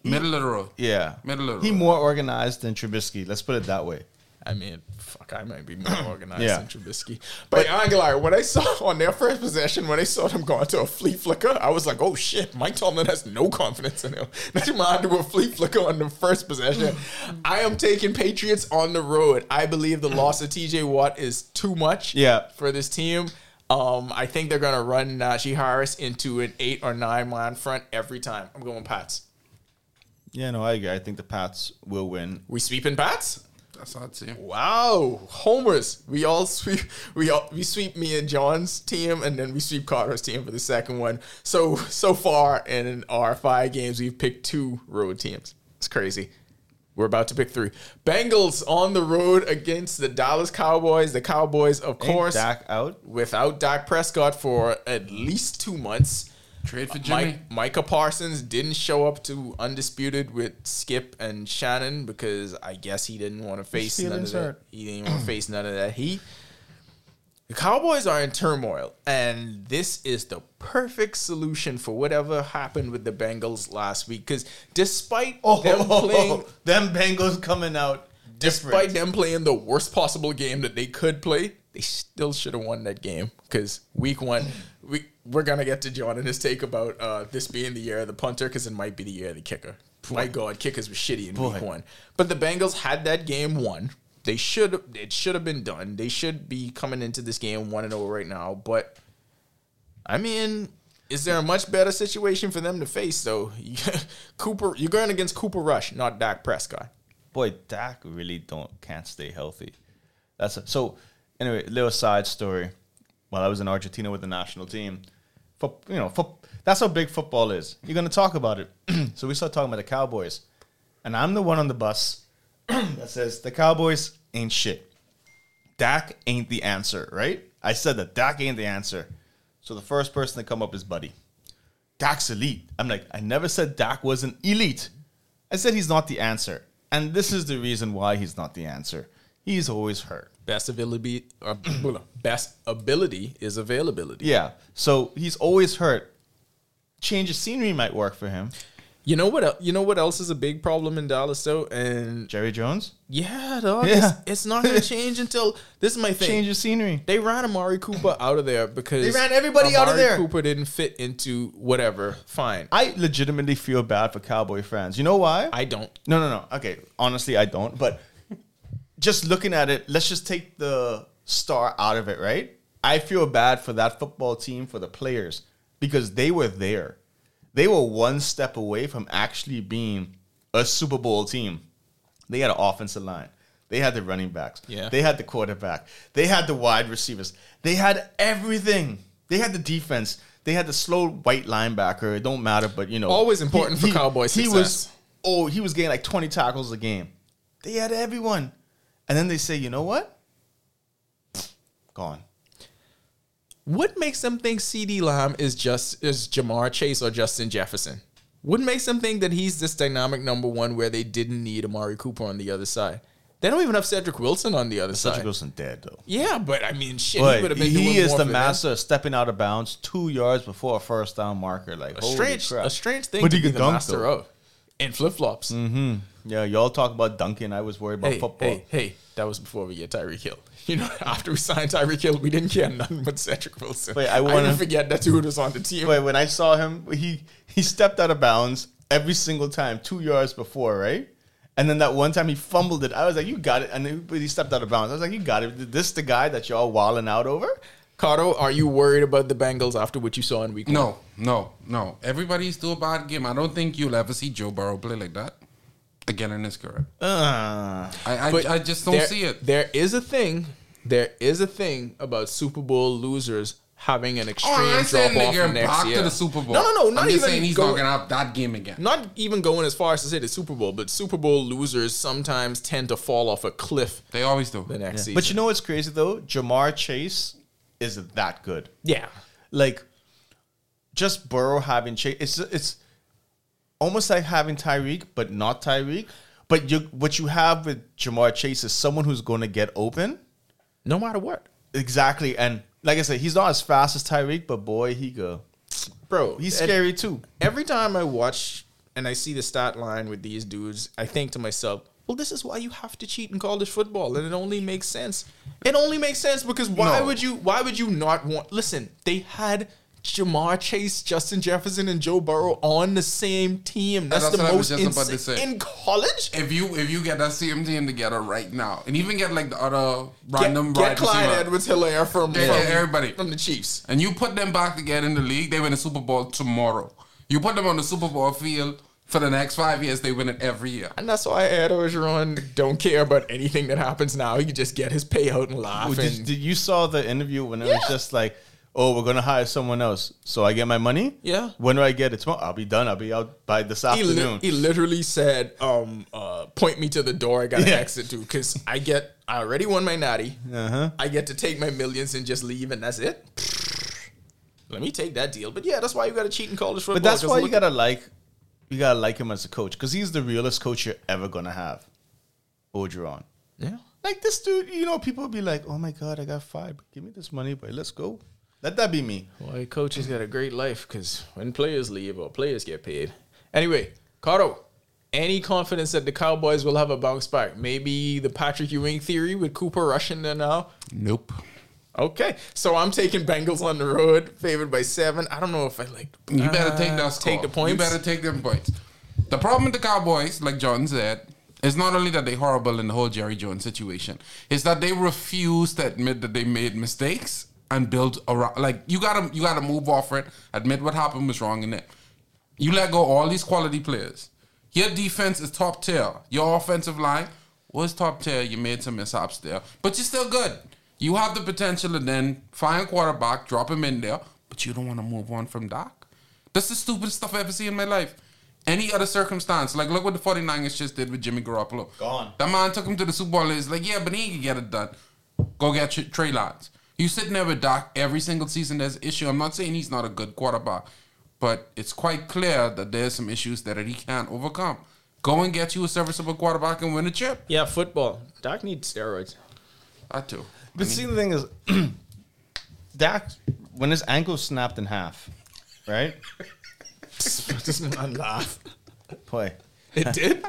[SPEAKER 7] Middle of the road.
[SPEAKER 6] yeah,
[SPEAKER 7] Middle of the
[SPEAKER 6] he
[SPEAKER 7] road.
[SPEAKER 6] more organized than Trubisky. Let's put it that way.
[SPEAKER 5] I mean, fuck, I might be more organized
[SPEAKER 6] Yeah.
[SPEAKER 5] than Trubisky. But Aguilar, when I saw on their first possession, when I saw them going to a flea flicker, I was like, oh shit, Mike Tomlin has no confidence in him. Not your mind do a flea flicker on the first possession. I am taking Patriots on the road. I believe the loss of TJ Watt is too much
[SPEAKER 6] Yeah.
[SPEAKER 5] for this team. Um, I think they're going to run Najee Harris into an eight or nine man front every time. I'm going Pats.
[SPEAKER 6] Yeah, no, I agree. I think the Pats will win.
[SPEAKER 5] We sweeping Pats?
[SPEAKER 7] That's hard to see.
[SPEAKER 5] Wow, homers! We all sweep, we all we sweep me and John's team, and then we sweep Carter's team for the second one. So so far in our five games, we've picked two road teams. It's crazy. We're about to pick three. Bengals on the road against the Dallas Cowboys. The Cowboys, of
[SPEAKER 6] Ain't
[SPEAKER 5] course,
[SPEAKER 6] Dak out.
[SPEAKER 5] without Dak Prescott for at least two months.
[SPEAKER 7] Trade for Jimmy.
[SPEAKER 5] uh, Mike, Micah Parsons didn't show up to Undisputed with Skip and Shannon because I guess he didn't want to face none of
[SPEAKER 6] feelings
[SPEAKER 5] that.
[SPEAKER 6] hurt.
[SPEAKER 5] He didn't want to face none of that heat. The Cowboys are in turmoil, and this is the perfect solution for whatever happened with the Bengals last week. Because despite
[SPEAKER 7] Oh,
[SPEAKER 5] them playing,
[SPEAKER 6] them Bengals coming out different.
[SPEAKER 5] despite them playing the worst possible game that they could play, they still should have won that game because week one, we we're gonna get to John and his take about uh, this being the year of the punter because it might be the year of the kicker. My God, kickers were shitty in week one, but the Bengals had that game won. They should it should have been done. They should be coming into this game one and zero right now. But I mean. Is there a much better situation for them to face though? Cooper, you're going against Cooper Rush, not Dak Prescott.
[SPEAKER 6] boy, Dak really don't can't stay healthy. That's a, so. Anyway, little side story. While I was in Argentina with the national team, for you know, for, that's how big football is. You're gonna talk about it. so we start talking about the Cowboys, and I'm the one on the bus that says the Cowboys ain't shit. Dak ain't the answer, right? I said that Dak ain't the answer. So the first person to come up is Buddy. Dak's elite. I'm like, I never said Dak was an elite. I said he's not the answer. And this is the reason why he's not the answer. He's always hurt.
[SPEAKER 5] Best availability, uh, best ability is availability.
[SPEAKER 6] Yeah. So he's always hurt. Change of scenery might work for him.
[SPEAKER 5] You know what? el- You know what else is a big problem in Dallas though, and
[SPEAKER 6] Jerry Jones?
[SPEAKER 5] yeah, dog,
[SPEAKER 6] Yeah.
[SPEAKER 5] It's, it's not gonna change until this is my thing.
[SPEAKER 6] Change of scenery.
[SPEAKER 5] They ran Amari Cooper out of there because
[SPEAKER 6] They ran everybody out of
[SPEAKER 5] Amari
[SPEAKER 6] there.
[SPEAKER 5] Cooper didn't fit into whatever. Fine, I,
[SPEAKER 6] I legitimately feel bad for Cowboy fans. You know why?
[SPEAKER 5] don't.
[SPEAKER 6] No, no, no. Okay, honestly, I don't. But just looking at it, let's just take the star out of it, right? I feel bad for that football team, for the players, because they were there. They were one step away from actually being a Super Bowl team. They had an offensive line. They had the running backs.
[SPEAKER 5] Yeah.
[SPEAKER 6] They had the quarterback. They had the wide receivers. They had everything. They had the defense. They had the slow white linebacker. It don't matter, but you know,
[SPEAKER 5] Always important for Cowboys
[SPEAKER 6] He was
[SPEAKER 5] success.
[SPEAKER 6] oh, he was getting like 20 tackles a game. They had everyone. And then they say, you know what? Gone.
[SPEAKER 5] What makes them think CD Lamb is just is Jamar Chase or Justin Jefferson? What makes them think that he's this dynamic number one where they didn't need Amari Cooper on the other side? They don't even have Cedric Wilson on the other
[SPEAKER 6] Cedric
[SPEAKER 5] side.
[SPEAKER 6] Wilson dead though.
[SPEAKER 5] Yeah, but I mean, shit, he would
[SPEAKER 6] But
[SPEAKER 5] have
[SPEAKER 6] he,
[SPEAKER 5] been doing
[SPEAKER 6] is
[SPEAKER 5] more for
[SPEAKER 6] the
[SPEAKER 5] them.
[SPEAKER 6] master of stepping out of bounds two yards before a first down marker. Like
[SPEAKER 5] A
[SPEAKER 6] holy
[SPEAKER 5] strange,
[SPEAKER 6] crap.
[SPEAKER 5] a strange thing
[SPEAKER 6] But
[SPEAKER 5] to
[SPEAKER 6] he
[SPEAKER 5] be
[SPEAKER 6] could
[SPEAKER 5] the
[SPEAKER 6] dunk,
[SPEAKER 5] master
[SPEAKER 6] though.
[SPEAKER 5] of. And flip flops.
[SPEAKER 6] Mm-hmm. Yeah, y'all talk about dunking. I was worried about
[SPEAKER 5] Hey,
[SPEAKER 6] football.
[SPEAKER 5] hey, hey, that was before we get Tyreek Hill. You know, after we signed Tyreek Hill, we didn't care nothing but Cedric Wilson.
[SPEAKER 6] Wait, I wanna-
[SPEAKER 5] didn't forget that dude was on the team.
[SPEAKER 6] But when I saw him, he he stepped out of bounds every single time, two yards before, right? And then that one time he fumbled it. I was like, "You got it!" And then he stepped out of bounds. I was like, "You got it." This the guy that y'all wilding out over?
[SPEAKER 5] Cardo, are you worried about the Bengals after what you saw in week one?
[SPEAKER 7] No, no, no. Everybody's do a bad game. I don't think you'll ever see Joe Burrow play like that again in his career.
[SPEAKER 6] Uh,
[SPEAKER 7] I,
[SPEAKER 5] But
[SPEAKER 7] I, I just don't
[SPEAKER 5] there-
[SPEAKER 7] see it.
[SPEAKER 5] There is a thing. There is a thing about Super Bowl losers having an extreme
[SPEAKER 7] Oh, I'm
[SPEAKER 5] drop
[SPEAKER 7] saying
[SPEAKER 5] off
[SPEAKER 7] nigga
[SPEAKER 5] next
[SPEAKER 7] back
[SPEAKER 5] year.
[SPEAKER 7] to the Super Bowl.
[SPEAKER 5] No, no, no, not
[SPEAKER 7] I'm just
[SPEAKER 5] even
[SPEAKER 7] saying he's
[SPEAKER 5] go-
[SPEAKER 7] not gonna have that game again.
[SPEAKER 5] Not even going as far as to say the Super Bowl, but Super Bowl losers sometimes tend to fall off a cliff
[SPEAKER 7] They always do.
[SPEAKER 5] the next season.
[SPEAKER 6] but you know what's crazy though? Jamar Chase is that good.
[SPEAKER 5] yeah,
[SPEAKER 6] Like, just Burrow having Chase. It's it's almost like having Tyreek, but not Tyreek. But you what you have with Jamar Chase is someone who's going to get open.
[SPEAKER 5] no matter what,
[SPEAKER 6] Exactly, and like I said, he's not as fast as Tyreek, but boy, he go.
[SPEAKER 5] bro,
[SPEAKER 6] He's
[SPEAKER 5] and-
[SPEAKER 6] scary too.
[SPEAKER 5] every time I watch and I see the stat line with these dudes, I think to myself, well, this is why you have to cheat in college football, and it only makes sense. It only makes sense because why
[SPEAKER 6] No.
[SPEAKER 5] would you? Why would you not want? Listen, they had Jamar Chase, Justin Jefferson, and Joe Burrow on the same team. That's,
[SPEAKER 7] that's
[SPEAKER 5] the
[SPEAKER 7] what I
[SPEAKER 5] most
[SPEAKER 7] was just about to
[SPEAKER 5] insane-
[SPEAKER 7] say.
[SPEAKER 5] in college.
[SPEAKER 7] if you if you get that CM team together right now, and even get like the other
[SPEAKER 5] Get,
[SPEAKER 7] random
[SPEAKER 5] get
[SPEAKER 7] wide
[SPEAKER 5] Clyde
[SPEAKER 7] receiver,
[SPEAKER 5] Edwards Hilaire from,
[SPEAKER 7] Yeah,
[SPEAKER 5] from
[SPEAKER 7] yeah, everybody.
[SPEAKER 5] from the Chiefs.
[SPEAKER 7] and you put them back together in the league, they win a Super Bowl tomorrow. You put them on the Super Bowl field for the next five years, they win it every year.
[SPEAKER 5] And that's why Ed Orgeron don't care about anything that happens now. He can just get his payout and laugh.
[SPEAKER 6] Well,
[SPEAKER 5] and
[SPEAKER 6] Did, did you saw the interview when it was
[SPEAKER 5] Yeah.
[SPEAKER 6] just like, "Oh, we're gonna hire someone else, so I get my money."
[SPEAKER 5] Yeah.
[SPEAKER 6] When do I get it? Tomorrow? I'll be done. I'll be out by this
[SPEAKER 5] he, li-
[SPEAKER 6] afternoon.
[SPEAKER 5] he literally said, um, uh, "Point me to the door. I gotta
[SPEAKER 6] Yeah.
[SPEAKER 5] exit to because I get. I already won my natty.
[SPEAKER 6] Uh-huh.
[SPEAKER 5] I get to take my millions and just leave, and that's it. Let me take that deal. But yeah, that's why you gotta cheat in college football.
[SPEAKER 6] but that's
[SPEAKER 5] 'cause
[SPEAKER 6] why you
[SPEAKER 5] look-
[SPEAKER 6] gotta like, you gotta like him as a coach because he's the realest coach you're ever gonna have. Ogeron.
[SPEAKER 5] Yeah.
[SPEAKER 6] Like this dude, you know, people be like, "Oh my god, I got fired. Give me this money, but let's go." Let that be me.
[SPEAKER 5] Why coaches got a great life because when players leave or players get paid. Anyway, Cotto, any confidence that the Cowboys will have a bounce back? Maybe the Patrick Ewing theory with Cooper rushing there now.
[SPEAKER 7] Nope.
[SPEAKER 5] Okay, so I'm taking Bengals on the road, favored by seven. I don't know if I like.
[SPEAKER 7] You better
[SPEAKER 5] uh,
[SPEAKER 7] take that score.
[SPEAKER 5] Take the points.
[SPEAKER 7] You better take them points. The problem with the Cowboys, like John said, is not only that they horrible in the whole Jerry Jones situation, it's that they refuse to admit that they made mistakes and build around. Like you gotta, you gotta move off it. Admit what happened was wrong in that. You let go all these quality players. Your defense is top tier. Your offensive line was top tier. You made some mishaps there, but you're still good. You have the potential, and then find a quarterback, drop him in there, but you don't want to move on from Doc. That's the stupidest stuff I've ever seen in my life. Any other circumstance, like look what the 49ers just did with Jimmy Garoppolo.
[SPEAKER 6] Gone.
[SPEAKER 7] That man took him to the Super Bowl. He's like, yeah, but he can get it done. Go get Tr- Trey Lance. You sitting there with Doc every single season. There's an issue. I'm not saying he's not a good quarterback, but it's quite clear that there's some issues there that he can't overcome. Go and get you a serviceable quarterback and win a chip.
[SPEAKER 5] Yeah, football. Doc needs steroids.
[SPEAKER 7] I do.
[SPEAKER 6] But see, the thing is, Dak, when his ankle snapped in half, right?
[SPEAKER 5] Just man laugh.
[SPEAKER 6] Boy,
[SPEAKER 5] It did.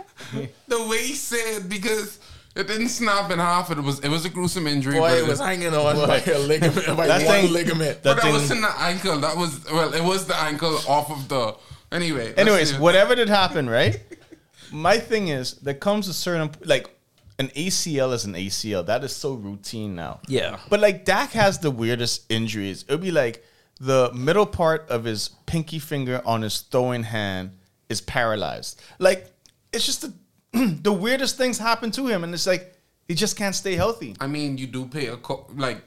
[SPEAKER 7] The way he said because it didn't snap in half. It was it was a gruesome injury.
[SPEAKER 5] Boy,
[SPEAKER 7] but
[SPEAKER 5] it was hanging on by a ligament, by
[SPEAKER 6] That
[SPEAKER 5] one
[SPEAKER 6] thing-
[SPEAKER 5] ligament.
[SPEAKER 6] that
[SPEAKER 7] but that
[SPEAKER 6] thing-
[SPEAKER 7] wasn't the ankle. That was well, it was the ankle off of the. Anyway. let's
[SPEAKER 6] Anyways,
[SPEAKER 7] see.
[SPEAKER 6] whatever did happen, right? My thing is, there comes a certain like an ACL is an ACL. That is so routine now.
[SPEAKER 5] Yeah.
[SPEAKER 6] But like Dak has the weirdest injuries. It'd be like the middle part of his pinky finger on his throwing hand is paralyzed. Like it's just the the weirdest things happen to him, and it's like he just can't stay healthy.
[SPEAKER 7] I mean, you do pay a co- like.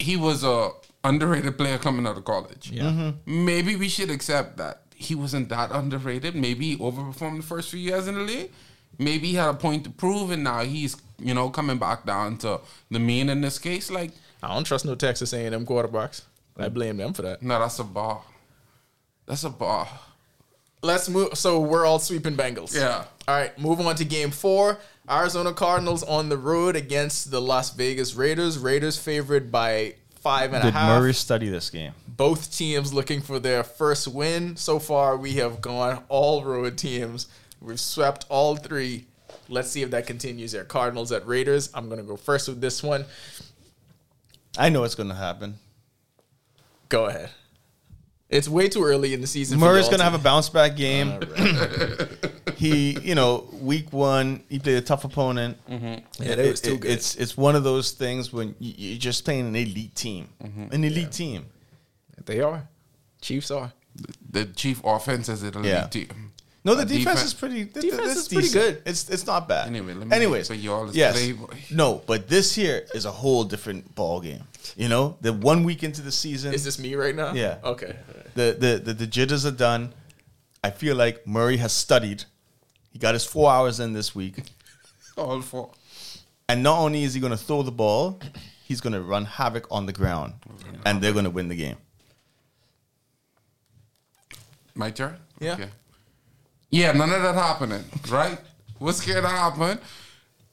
[SPEAKER 7] He was a underrated player coming out of college. Yeah.
[SPEAKER 6] Mm-hmm.
[SPEAKER 7] Maybe we should accept that he wasn't that underrated. Maybe he overperformed the first few years in the league. Maybe he had a point to prove, and now he's you know coming back down to the mean in this case. Like,
[SPEAKER 5] I don't trust no Texas A&M quarterbacks. I blame them for that.
[SPEAKER 7] no, that's a bar. That's a bar.
[SPEAKER 5] Let's move. So we're all sweeping Bengals.
[SPEAKER 7] Yeah.
[SPEAKER 5] All right. Move on to Game Four. Arizona Cardinals on the road against the Las Vegas Raiders. Raiders favored by five and a half.
[SPEAKER 6] study this game?
[SPEAKER 5] Both teams looking for their first win. So far, we have gone all road teams. We've swept all three. Let's see if that continues there. Cardinals at Raiders. I'm going to go first with this one.
[SPEAKER 6] I know it's going to happen.
[SPEAKER 5] Go ahead. It's way too early in the season. for
[SPEAKER 6] Murray's
[SPEAKER 5] y'all
[SPEAKER 6] going to
[SPEAKER 5] to-
[SPEAKER 6] have a bounce back game. he, you know, week one, he played a tough opponent.
[SPEAKER 5] Yeah, they was too
[SPEAKER 6] Mm-hmm. It-
[SPEAKER 5] good.
[SPEAKER 6] It's it's one of those things when you, you're just playing an elite team, an elite team.
[SPEAKER 5] They are. Chiefs are.
[SPEAKER 7] The chief offense is an elite
[SPEAKER 6] Yeah.
[SPEAKER 7] team.
[SPEAKER 6] No, the
[SPEAKER 7] Uh,
[SPEAKER 6] defense
[SPEAKER 7] defen-
[SPEAKER 6] is pretty. th- th-
[SPEAKER 5] Defense
[SPEAKER 6] it's
[SPEAKER 5] is pretty
[SPEAKER 6] decent.
[SPEAKER 5] good.
[SPEAKER 6] It's it's not bad.
[SPEAKER 7] Anyway, let me-
[SPEAKER 6] Anyways,
[SPEAKER 7] but y'all is
[SPEAKER 6] yes,
[SPEAKER 7] playboy.
[SPEAKER 6] no, but this here is a whole different ball game. You know, the one week into the season,
[SPEAKER 5] Is this me right now?
[SPEAKER 6] Yeah.
[SPEAKER 5] Okay.
[SPEAKER 6] the, the the the jitters are done. I feel like Murray has studied. He got his four hours in this week.
[SPEAKER 7] All four.
[SPEAKER 6] And not only is he going to throw the ball, he's going to run havoc on the ground, and they're going to win the game.
[SPEAKER 7] My turn?
[SPEAKER 5] Yeah.
[SPEAKER 7] Yeah, none of that happening, right? What's going to happen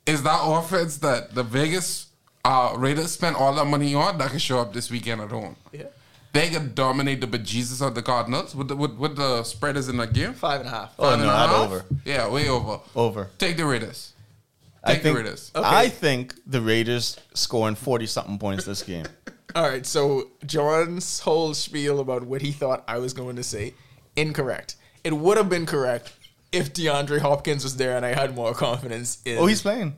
[SPEAKER 7] is that offense that the Vegas uh, Raiders spent all that money on that can show up this weekend at home.
[SPEAKER 5] Yeah.
[SPEAKER 7] They could dominate the bejesus of the Cardinals with the, with, with the spread is in that game.
[SPEAKER 5] Five and a half.
[SPEAKER 6] Oh
[SPEAKER 7] Five
[SPEAKER 6] no,
[SPEAKER 7] and a
[SPEAKER 6] not
[SPEAKER 7] half?
[SPEAKER 6] over,
[SPEAKER 7] Yeah, way over.
[SPEAKER 6] over.
[SPEAKER 7] Take the Raiders.
[SPEAKER 6] I
[SPEAKER 7] Take
[SPEAKER 6] think
[SPEAKER 7] the Raiders.
[SPEAKER 6] I think the Raiders scoring forty something points this game.
[SPEAKER 5] All right. So John's whole spiel about what he thought I was going to say, incorrect. It would have been correct if DeAndre Hopkins was there and I had more confidence in.
[SPEAKER 6] oh, he's playing.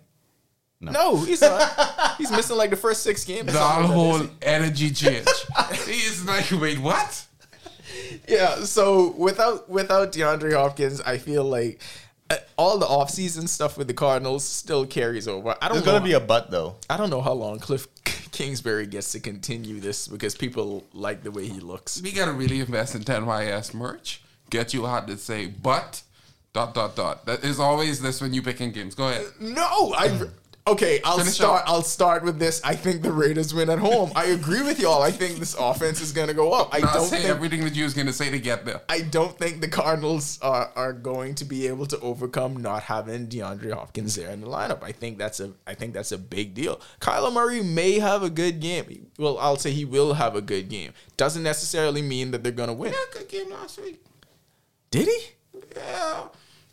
[SPEAKER 5] no, he's not. he's missing like the first six games.
[SPEAKER 7] The whole energy change. he is like, wait, what?
[SPEAKER 5] Yeah, so without without DeAndre Hopkins, I feel like uh, all the offseason stuff with the Cardinals still carries over. I don't
[SPEAKER 6] There's
[SPEAKER 5] know.
[SPEAKER 6] going to be a butt though.
[SPEAKER 5] I don't know how long Cliff Kingsbury gets to continue this because people like the way he looks.
[SPEAKER 7] we gotta really invest in 10YS merch. Get you out to say, but dot dot dot. That is always this when you picking games. Go ahead.
[SPEAKER 5] No, I okay. I'll
[SPEAKER 7] Mm. Finish
[SPEAKER 5] start.
[SPEAKER 7] up.
[SPEAKER 5] I'll start with this. I think the Raiders win at home. I agree with y'all. I think this offense is going to go up. I
[SPEAKER 7] Not
[SPEAKER 5] don't
[SPEAKER 7] say
[SPEAKER 5] think.
[SPEAKER 7] everything that you was gonna say to get there.
[SPEAKER 5] I don't think the Cardinals are, are going to be able to overcome not having DeAndre Hopkins there in the lineup. I think that's a I think that's a big deal. Kyler Murray may have a good game. He- Well, I'll say he will have a good game. Doesn't necessarily mean that they're gonna win.
[SPEAKER 7] Had a good game last week.
[SPEAKER 5] Did he?
[SPEAKER 7] Yeah,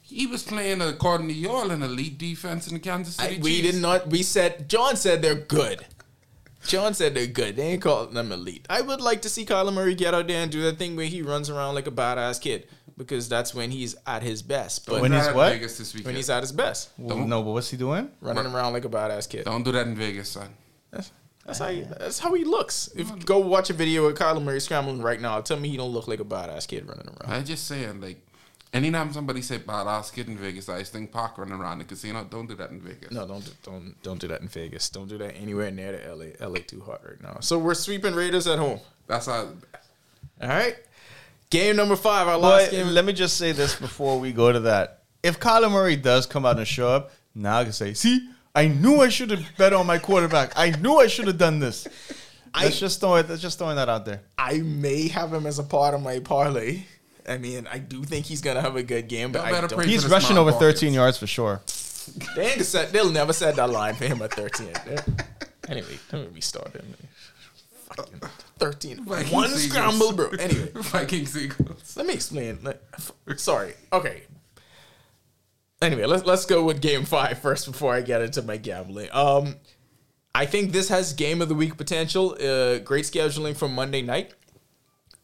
[SPEAKER 7] he was playing according to y'all an elite defense in the Kansas City.
[SPEAKER 5] I, we
[SPEAKER 7] Chiefs.
[SPEAKER 5] did not. We said John said they're good. John said they're good. They ain't calling them elite. I would like to see Kyler Murray get out there and do that thing where he runs around like a badass kid because that's when he's at his best. But
[SPEAKER 6] When
[SPEAKER 7] Not
[SPEAKER 6] he's
[SPEAKER 7] in
[SPEAKER 6] what?
[SPEAKER 7] Vegas this weekend.
[SPEAKER 5] when he's at his best,
[SPEAKER 7] Don't-
[SPEAKER 6] No, but what's he doing?
[SPEAKER 5] running around like a badass kid.
[SPEAKER 7] Don't do that in Vegas, son.
[SPEAKER 5] That's, that's how he, that's how he looks. If you go watch a video of Kyler Murray scrambling right now, tell me he don't look like a badass kid running around.
[SPEAKER 7] I just saying like. Anytime somebody say badass kid in Vegas, I just think Park running around the casino. Don't do that in Vegas.
[SPEAKER 5] No, don't do- don't don't do that in Vegas. Don't do that anywhere near to LA. LA too hot right now. So we're sweeping Raiders at home.
[SPEAKER 7] That's how.
[SPEAKER 5] All right. Game number five, our last
[SPEAKER 6] But
[SPEAKER 5] game.
[SPEAKER 6] let me just say this before we go to that: if Kyler Murray does come out and show up, now I can say, "See, I knew I should have bet on my quarterback. I knew I should have done this." Let's just throw it. Let's just throwing that out there.
[SPEAKER 5] I may have him as a part of my parlay. I mean, I do think he's gonna have a good game, but
[SPEAKER 7] Y'all
[SPEAKER 5] I
[SPEAKER 7] better
[SPEAKER 5] don't.
[SPEAKER 7] pray
[SPEAKER 6] He's
[SPEAKER 7] the
[SPEAKER 6] rushing
[SPEAKER 7] small
[SPEAKER 6] over
[SPEAKER 7] pockets.
[SPEAKER 6] 13 yards for sure.
[SPEAKER 5] They ain't set, they'll never set that line for him at 13. anyway, let me restart him. Fucking 13.
[SPEAKER 7] Vikings
[SPEAKER 5] One
[SPEAKER 7] Eagles.
[SPEAKER 5] scramble, bro. Anyway,
[SPEAKER 7] Vikings Eagles.
[SPEAKER 5] let me explain. Let- f- Sorry. Okay. Anyway, let's let's go with game five first before I get into my gambling. Um, I think this has game of the week potential. Uh, great scheduling from Monday night.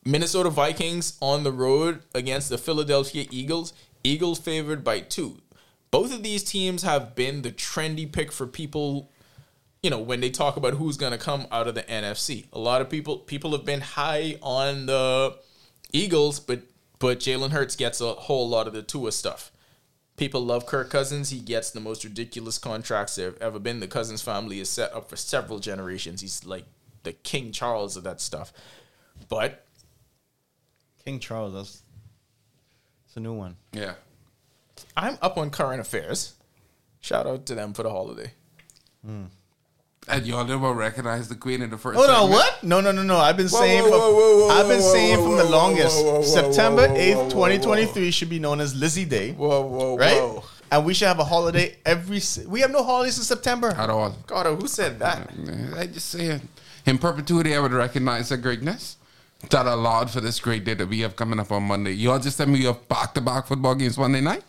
[SPEAKER 5] Minnesota Vikings on the road against the Philadelphia Eagles. Eagles favored by two. Both of these teams have been the trendy pick for people, you know, when they talk about who's going to come out of the NFC. A lot of people people have been high on the Eagles, but but Jalen Hurts gets a whole lot of the Tua stuff. People love Kirk Cousins. He gets the most ridiculous contracts there have ever been. The Cousins family is set up for several generations. He's like the King Charles of that stuff. But
[SPEAKER 6] King Charles, that's, that's a new one.
[SPEAKER 7] Yeah.
[SPEAKER 5] I'm up on current affairs. Shout out to them for the holiday.
[SPEAKER 7] And y'all never recognize the queen in the first.
[SPEAKER 6] Hold on,
[SPEAKER 7] segment.
[SPEAKER 6] what? No, no, no, no. I've been saying
[SPEAKER 5] whoa,
[SPEAKER 6] for,
[SPEAKER 5] whoa, whoa, whoa,
[SPEAKER 6] I've been
[SPEAKER 5] whoa,
[SPEAKER 6] saying
[SPEAKER 5] whoa,
[SPEAKER 6] from
[SPEAKER 5] whoa,
[SPEAKER 6] the
[SPEAKER 5] whoa,
[SPEAKER 6] longest.
[SPEAKER 5] whoa, whoa,
[SPEAKER 6] September
[SPEAKER 5] whoa, whoa,
[SPEAKER 6] 8th,
[SPEAKER 5] whoa, whoa,
[SPEAKER 6] 2023 should be known as Lizzie Day,
[SPEAKER 5] Whoa, whoa,
[SPEAKER 6] right?
[SPEAKER 5] whoa.
[SPEAKER 6] And we should have a holiday every s- we have no holidays in September.
[SPEAKER 7] At all.
[SPEAKER 5] Carter, who said that?
[SPEAKER 6] Mm,
[SPEAKER 7] I just saying. In perpetuity, I would recognize the greatness that allowed for this great day that we have coming up on Monday. Y'all just tell me you have back to back football games Monday night?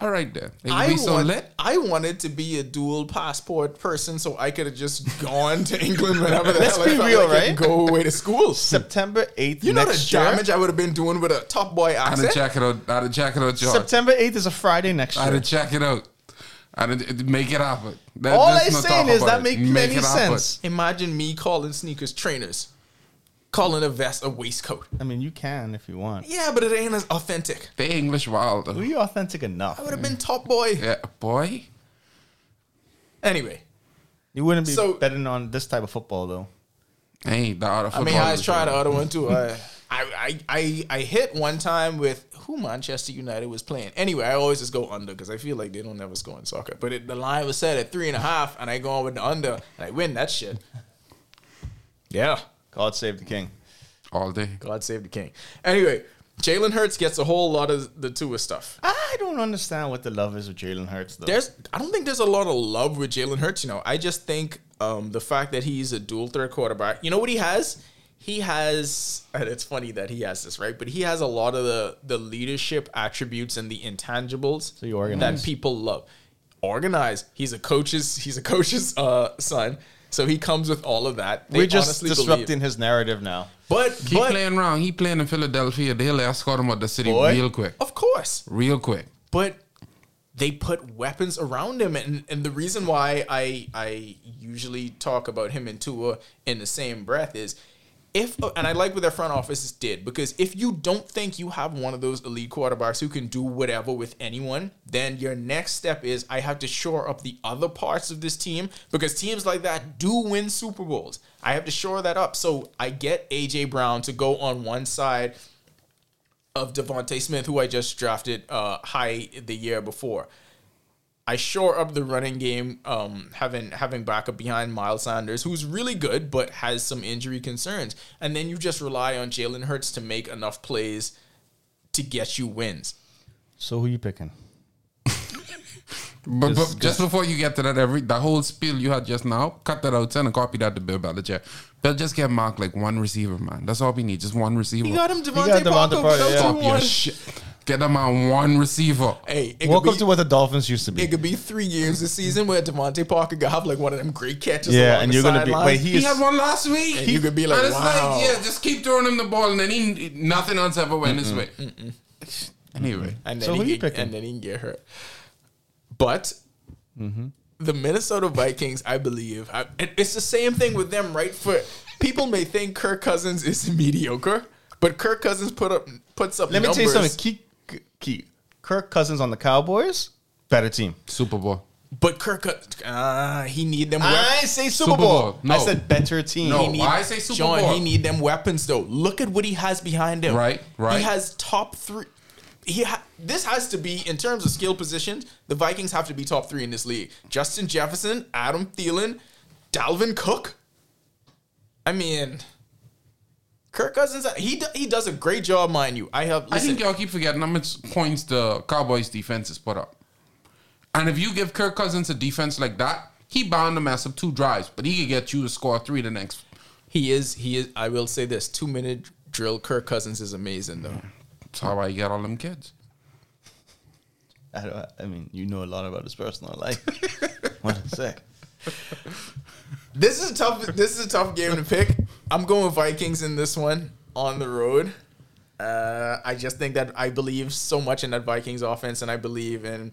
[SPEAKER 7] All right, then. It would
[SPEAKER 5] I,
[SPEAKER 7] be so
[SPEAKER 5] want-
[SPEAKER 7] lit.
[SPEAKER 5] I wanted to be a dual passport person so I could have just gone to England whenever the
[SPEAKER 6] Let's
[SPEAKER 5] hell I
[SPEAKER 6] be
[SPEAKER 5] felt
[SPEAKER 6] real,
[SPEAKER 5] like it and
[SPEAKER 6] right?
[SPEAKER 5] go away to school.
[SPEAKER 6] September 8th
[SPEAKER 5] You know the
[SPEAKER 6] next year.
[SPEAKER 5] damage I would have been doing with a top boy
[SPEAKER 7] I'd have
[SPEAKER 5] accent?
[SPEAKER 7] check it out. I'd have check it out, George.
[SPEAKER 6] September 8th is a Friday next
[SPEAKER 7] I'd
[SPEAKER 6] year.
[SPEAKER 7] have check it out. I'd make it happen. That-
[SPEAKER 6] All
[SPEAKER 7] there's
[SPEAKER 6] I'm
[SPEAKER 7] no
[SPEAKER 6] saying
[SPEAKER 7] talk
[SPEAKER 6] is
[SPEAKER 7] about
[SPEAKER 6] that make
[SPEAKER 7] it. Make
[SPEAKER 6] many
[SPEAKER 7] it happen.
[SPEAKER 6] sense.
[SPEAKER 5] Imagine me calling sneakers trainers, calling a vest a waistcoat.
[SPEAKER 6] I mean, you can if you want.
[SPEAKER 5] Yeah, but it ain't as authentic.
[SPEAKER 7] The English wild.
[SPEAKER 6] Were you authentic enough?
[SPEAKER 5] I would have been top boy.
[SPEAKER 7] Yeah, boy.
[SPEAKER 5] Anyway,
[SPEAKER 6] You wouldn't be
[SPEAKER 5] So-
[SPEAKER 6] betting on this type of football though.
[SPEAKER 7] I ain't the art of
[SPEAKER 5] I
[SPEAKER 7] football.
[SPEAKER 5] mean, I was trying the other one too. I, I, I, I, I hit one time with who Manchester United was playing. Anyway, I always just go under because I feel like they don't ever score in soccer. But it, the line was set at three and a half, and I go on with the under, and I win that shit. Yeah.
[SPEAKER 6] God save the king.
[SPEAKER 7] all day.
[SPEAKER 5] God save the king. Anyway, Jalen Hurts gets a whole lot of the Tua stuff.
[SPEAKER 6] I don't understand what the love is with Jalen Hurts though.
[SPEAKER 5] There's, I don't think there's a lot of love with Jalen Hurts. You know, I just think um, the fact that he's a dual threat quarterback. You know what he has? He has, and it's funny that he has this, right? But he has a lot of the the leadership attributes and the intangibles
[SPEAKER 6] you organize.
[SPEAKER 5] that people love. Organized. He's a coach's. He's a coach's uh, son. So he comes with all of that. They
[SPEAKER 6] We're just
[SPEAKER 5] honestly
[SPEAKER 6] disrupting
[SPEAKER 5] believe-
[SPEAKER 6] his narrative now.
[SPEAKER 5] But
[SPEAKER 7] Keep
[SPEAKER 5] but
[SPEAKER 7] playing around. He playing in Philadelphia. They'll escort him out the city
[SPEAKER 6] Boy.
[SPEAKER 7] real quick.
[SPEAKER 5] of course,
[SPEAKER 7] Real quick.
[SPEAKER 5] but they put weapons around him and, and the reason why I I usually talk about him and Tua in the same breath is if and I like what their front offices did because if you don't think you have one of those elite quarterbacks who can do whatever with anyone, then your next step is I have to shore up the other parts of this team because teams like that do win Super Bowls. I have to shore that up. So I get AJ Brown to go on one side of Devonte Smith, who I just drafted uh, high the year before. I shore up the running game, um, having having backup behind Miles Sanders, who's really good but has some injury concerns, and then you just rely on Jalen Hurts to make enough plays to get you wins.
[SPEAKER 6] So who you picking?
[SPEAKER 7] But, but just before you get to that, every the whole spiel you had just now, cut that out, send a copy that to Bill Belichick. Bill just get marked like one receiver, man. That's all we need, just one receiver.
[SPEAKER 5] You got him,
[SPEAKER 6] got
[SPEAKER 5] Devonte
[SPEAKER 6] Devontae
[SPEAKER 5] Parker.
[SPEAKER 6] Parker,
[SPEAKER 5] without
[SPEAKER 6] yeah.
[SPEAKER 5] you
[SPEAKER 7] Stop your
[SPEAKER 5] one-
[SPEAKER 7] shit. Get them on one receiver.
[SPEAKER 5] Hey, it could
[SPEAKER 6] Welcome
[SPEAKER 5] be,
[SPEAKER 6] to what the Dolphins used to
[SPEAKER 5] it
[SPEAKER 6] be.
[SPEAKER 5] could be three games this season where Devonte Parker could have like one of them great catches.
[SPEAKER 6] Yeah,
[SPEAKER 5] along
[SPEAKER 6] and
[SPEAKER 5] the
[SPEAKER 6] you're gonna be-
[SPEAKER 5] sidelines.
[SPEAKER 6] wait, he
[SPEAKER 7] He
[SPEAKER 6] is-
[SPEAKER 7] had one last week.
[SPEAKER 5] And you could be like,
[SPEAKER 7] and it's
[SPEAKER 5] wow.
[SPEAKER 7] like, yeah, just keep throwing him the ball, and then he nothing else ever went his way. Anyway,
[SPEAKER 5] and then
[SPEAKER 6] So
[SPEAKER 5] he
[SPEAKER 6] who you
[SPEAKER 5] can,
[SPEAKER 6] picking?
[SPEAKER 5] and then he can get hurt. But
[SPEAKER 6] Mm-hmm.
[SPEAKER 5] the Minnesota Vikings, I believe, I, it- it's the same thing with them, right? For people may think Kirk Cousins is mediocre, but Kirk Cousins put up puts up.
[SPEAKER 6] Let me
[SPEAKER 5] numbers.
[SPEAKER 6] tell you something. Key, key. Kirk Cousins on the Cowboys, better team.
[SPEAKER 7] Super Bowl.
[SPEAKER 5] But Kirk, Cous- uh, he need them.
[SPEAKER 6] I
[SPEAKER 5] Weapons.
[SPEAKER 6] didn't say Super,
[SPEAKER 7] Super
[SPEAKER 6] Bowl.
[SPEAKER 7] Bowl, no.
[SPEAKER 6] I said better team.
[SPEAKER 7] No.
[SPEAKER 5] He need-
[SPEAKER 7] Oh, Why I say Super
[SPEAKER 5] John,
[SPEAKER 7] Bowl?
[SPEAKER 5] he need them weapons though. Look at what he has behind him.
[SPEAKER 7] Right, right.
[SPEAKER 5] He has top three. He ha- this has to be in terms of skill positions. The Vikings have to be top three in this league. Justin Jefferson, Adam Thielen, Dalvin Cook. I mean, Kirk Cousins, he do- he does a great job, mind you. I have
[SPEAKER 7] I
[SPEAKER 5] listen,
[SPEAKER 7] think y'all keep forgetting how much points the Cowboys defense has put up. And if you give Kirk Cousins a defense like that, he bound to mess up two drives, but he could get you to score three the next.
[SPEAKER 5] he is he is. I will say this: two minute drill. Kirk Cousins is amazing though.
[SPEAKER 7] That's how I get all them kids.
[SPEAKER 6] I, don't, I mean, you know a lot about his personal life. what a sec.
[SPEAKER 5] This is a tough. This is a tough game to pick. I'm going Vikings in this one on the road. Uh, I just think that I believe so much in that Vikings offense, and I believe in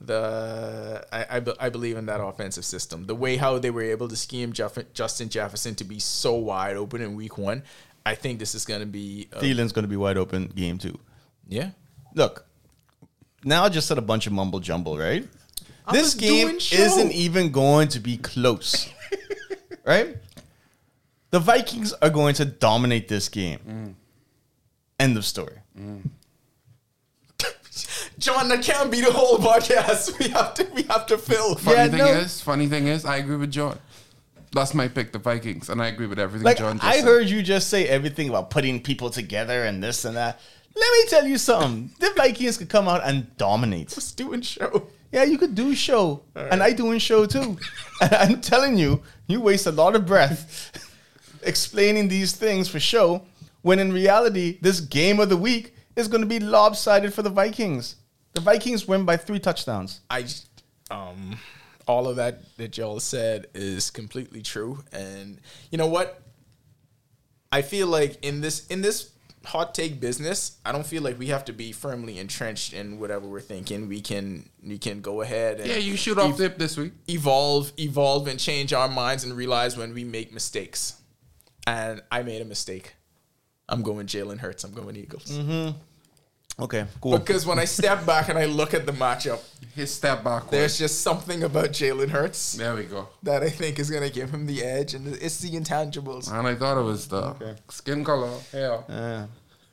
[SPEAKER 5] the I, I, be- I believe in that offensive system. The way how they were able to scheme Jeff, Justin Jefferson to be so wide open in Week One, I think this is going to be uh,
[SPEAKER 6] Thielen's going to be wide open game two.
[SPEAKER 5] yeah.
[SPEAKER 6] Look, now I just said a bunch of mumble jumble, right?
[SPEAKER 5] was
[SPEAKER 6] this
[SPEAKER 5] doing
[SPEAKER 6] game
[SPEAKER 5] show.
[SPEAKER 6] isn't even going to be close, right? The Vikings are going to dominate this game.
[SPEAKER 5] Mm.
[SPEAKER 6] End of story.
[SPEAKER 5] John, that can't be the whole podcast. We have to we have to fill.
[SPEAKER 7] Funny
[SPEAKER 6] Yeah,
[SPEAKER 7] thing
[SPEAKER 6] no.
[SPEAKER 7] is, funny thing is, I agree with John. That's my pick, the Vikings, and I agree with everything
[SPEAKER 6] Like
[SPEAKER 7] John just
[SPEAKER 6] I
[SPEAKER 7] said.
[SPEAKER 6] heard you just say everything about putting people together and this and that. Let me tell you something. the Vikings could come out and dominate.
[SPEAKER 5] doing show.
[SPEAKER 6] Yeah, you could do show, and I doing show too. and I'm telling you, you waste a lot of breath explaining these things for show, when in reality, this game of the week is going to be lopsided for the Vikings. The Vikings win by three touchdowns.
[SPEAKER 5] I j- um all of that that y'all said is completely true and you know what I feel like in this in this hot take business I don't feel like we have to be firmly entrenched in whatever we're thinking we can we can go ahead and
[SPEAKER 7] Yeah, you shoot off tip this week.
[SPEAKER 5] evolve evolve and change our minds and realize when we make mistakes and I made a mistake I'm going Jalen Hurts I'm going Eagles
[SPEAKER 7] Mm-hmm.
[SPEAKER 6] Okay, cool.
[SPEAKER 5] because when I step back and I look at the matchup
[SPEAKER 7] His step back.
[SPEAKER 5] there's just something about Jalen Hurts
[SPEAKER 7] there we go.
[SPEAKER 5] that I think is gonna give him the edge, and it's the intangibles.
[SPEAKER 7] And I thought it was the skin color, hair.
[SPEAKER 6] Uh.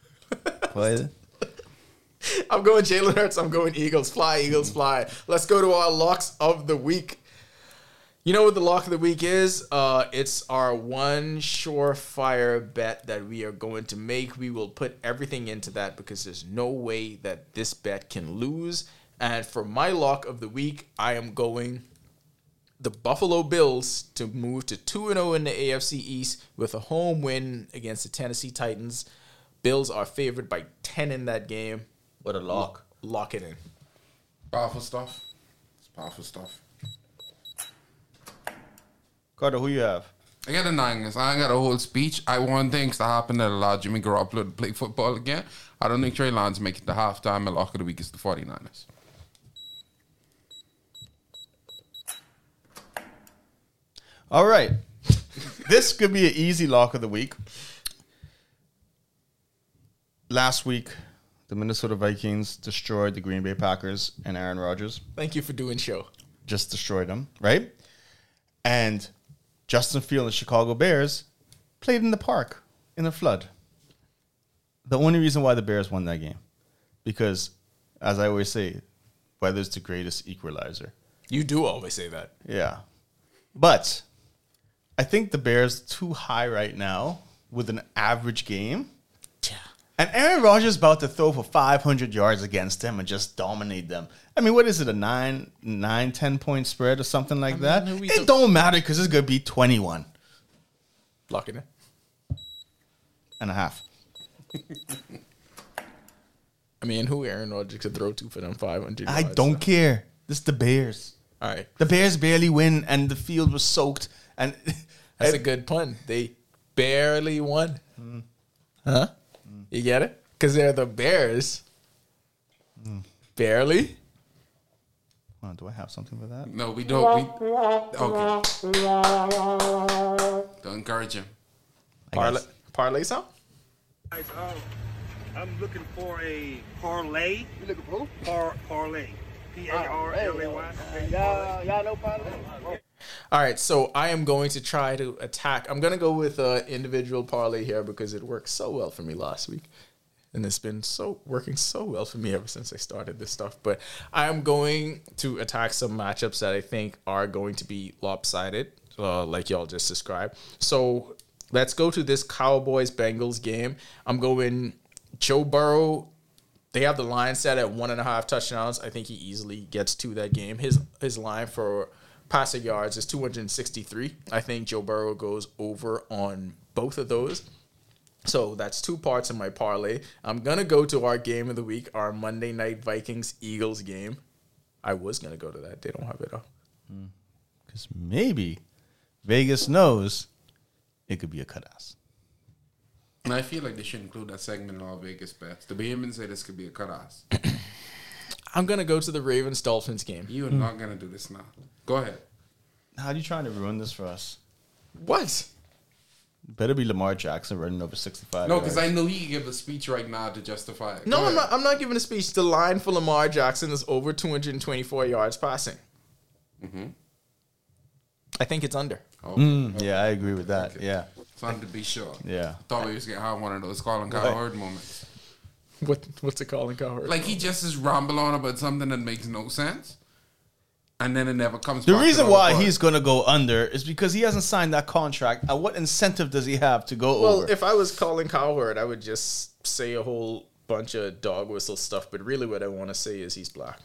[SPEAKER 6] Well,
[SPEAKER 5] I'm going Jalen Hurts. I'm going Eagles. Fly Eagles, fly. Let's go to our locks of the week. You know what the lock of the week is? Uh, it's our one surefire bet that we are going to make. We will put everything into that because there's no way that this bet can lose. And for my lock of the week, I am going the Buffalo Bills to move to 2 0 in the AFC East with a home win against the Tennessee Titans. Bills are favored by 10 in that game.
[SPEAKER 6] what a lock.
[SPEAKER 5] Lock it in.
[SPEAKER 7] Powerful stuff. It's powerful stuff.
[SPEAKER 6] Carter, who you have?
[SPEAKER 7] I got the Niners. I ain't got a whole speech. I want things to happen that allow Jimmy Garoppolo to play football again. I don't think Trey Lance make it to halftime. And lock of the week is the 49ers.
[SPEAKER 6] All right. this could be an easy lock of the week. Last week, the Minnesota Vikings destroyed the Green Bay Packers and Aaron Rodgers.
[SPEAKER 5] Thank you for doing show.
[SPEAKER 6] Just destroyed them, right? And Justin Field and the Chicago Bears played in the park in a flood. The only reason why the Bears won that game, because as I always say, weather's the greatest equalizer.
[SPEAKER 5] You do always say that.
[SPEAKER 6] Yeah. But I think the Bears too high right now with an average game. And Aaron Rodgers about to throw for 500 yards against them and just dominate them. I mean, what is it, a 9, nine 10 point spread or something like that?
[SPEAKER 5] no, we
[SPEAKER 6] it
[SPEAKER 5] don't-
[SPEAKER 6] don't, matter because it's going to be 21
[SPEAKER 5] Lock it in.
[SPEAKER 6] and a half.
[SPEAKER 5] I mean, who Aaron Rodgers could throw to for them 500?
[SPEAKER 6] I don't care. This is the Bears.
[SPEAKER 5] All right.
[SPEAKER 6] The Bears barely win and the field was soaked. And
[SPEAKER 5] That's a good pun. They barely won.
[SPEAKER 6] Hmm.
[SPEAKER 5] Huh? You get it? Because they're the Bears.
[SPEAKER 6] Hmm.
[SPEAKER 5] Barely?
[SPEAKER 6] Oh, do I have something for that?
[SPEAKER 7] No, we don't. We, okay. Don't encourage him.
[SPEAKER 5] Parla- parlay some?
[SPEAKER 9] Guys, um, I'm looking for a parlay. You looking for Par parlay. P A R L A Y. Parlay.
[SPEAKER 5] All right, so I am going to try to attack. I'm going to go with uh, individual parlay here because it worked so well for me last week, and it's been so working so well for me ever since I started this stuff. But I am going to attack some matchups that I think are going to be lopsided, uh, like y'all just described. So Let's go to this Cowboys Bengals game. I'm going Joe Burrow. They have the line set at one and a half touchdowns. I think he easily gets to that game. His his line for passing yards is 263. I think Joe Burrow goes over on both of those. So that's two parts of my parlay. I'm gonna go to our game of the week, our Monday night Vikings Eagles game. I was gonna go to that. They don't have it up.
[SPEAKER 6] Because maybe Vegas knows it could be a cut ass.
[SPEAKER 7] And I feel like they should include that segment in all Vegas bets. The Bahamians say this could be a cut ass.
[SPEAKER 5] I'm gonna go to the Ravens Dolphins game.
[SPEAKER 7] You are not gonna do this now. Go ahead.
[SPEAKER 6] How are you trying to ruin this for us?
[SPEAKER 5] What?
[SPEAKER 6] Better be Lamar Jackson running over 65.
[SPEAKER 7] No, because I
[SPEAKER 6] yards.
[SPEAKER 7] know he could give a speech right now to justify it.
[SPEAKER 5] No,
[SPEAKER 7] Go
[SPEAKER 5] I'm
[SPEAKER 7] ahead.
[SPEAKER 5] not. I'm not giving a speech. The line for Lamar Jackson is over 224 yards passing. I think it's under.
[SPEAKER 7] Oh,
[SPEAKER 6] Mm, Yeah, I agree with that. Yeah.
[SPEAKER 7] Something to be sure.
[SPEAKER 6] Yeah.
[SPEAKER 7] Thought we was gonna have one of those Colin Cowherd moments.
[SPEAKER 5] What? What's it called in Cowherd?
[SPEAKER 7] Like he just is rambling on about something that makes no sense, and then it never comes.
[SPEAKER 6] The
[SPEAKER 7] back to
[SPEAKER 6] reason
[SPEAKER 7] the
[SPEAKER 6] why
[SPEAKER 7] report.
[SPEAKER 6] he's going to go under is because he hasn't signed that contract. And what incentive does he have to go
[SPEAKER 5] well,
[SPEAKER 6] over?
[SPEAKER 5] if I was Colin Cowherd, I would just say a whole bunch of dog whistle stuff. But really, what I want to say is he's black.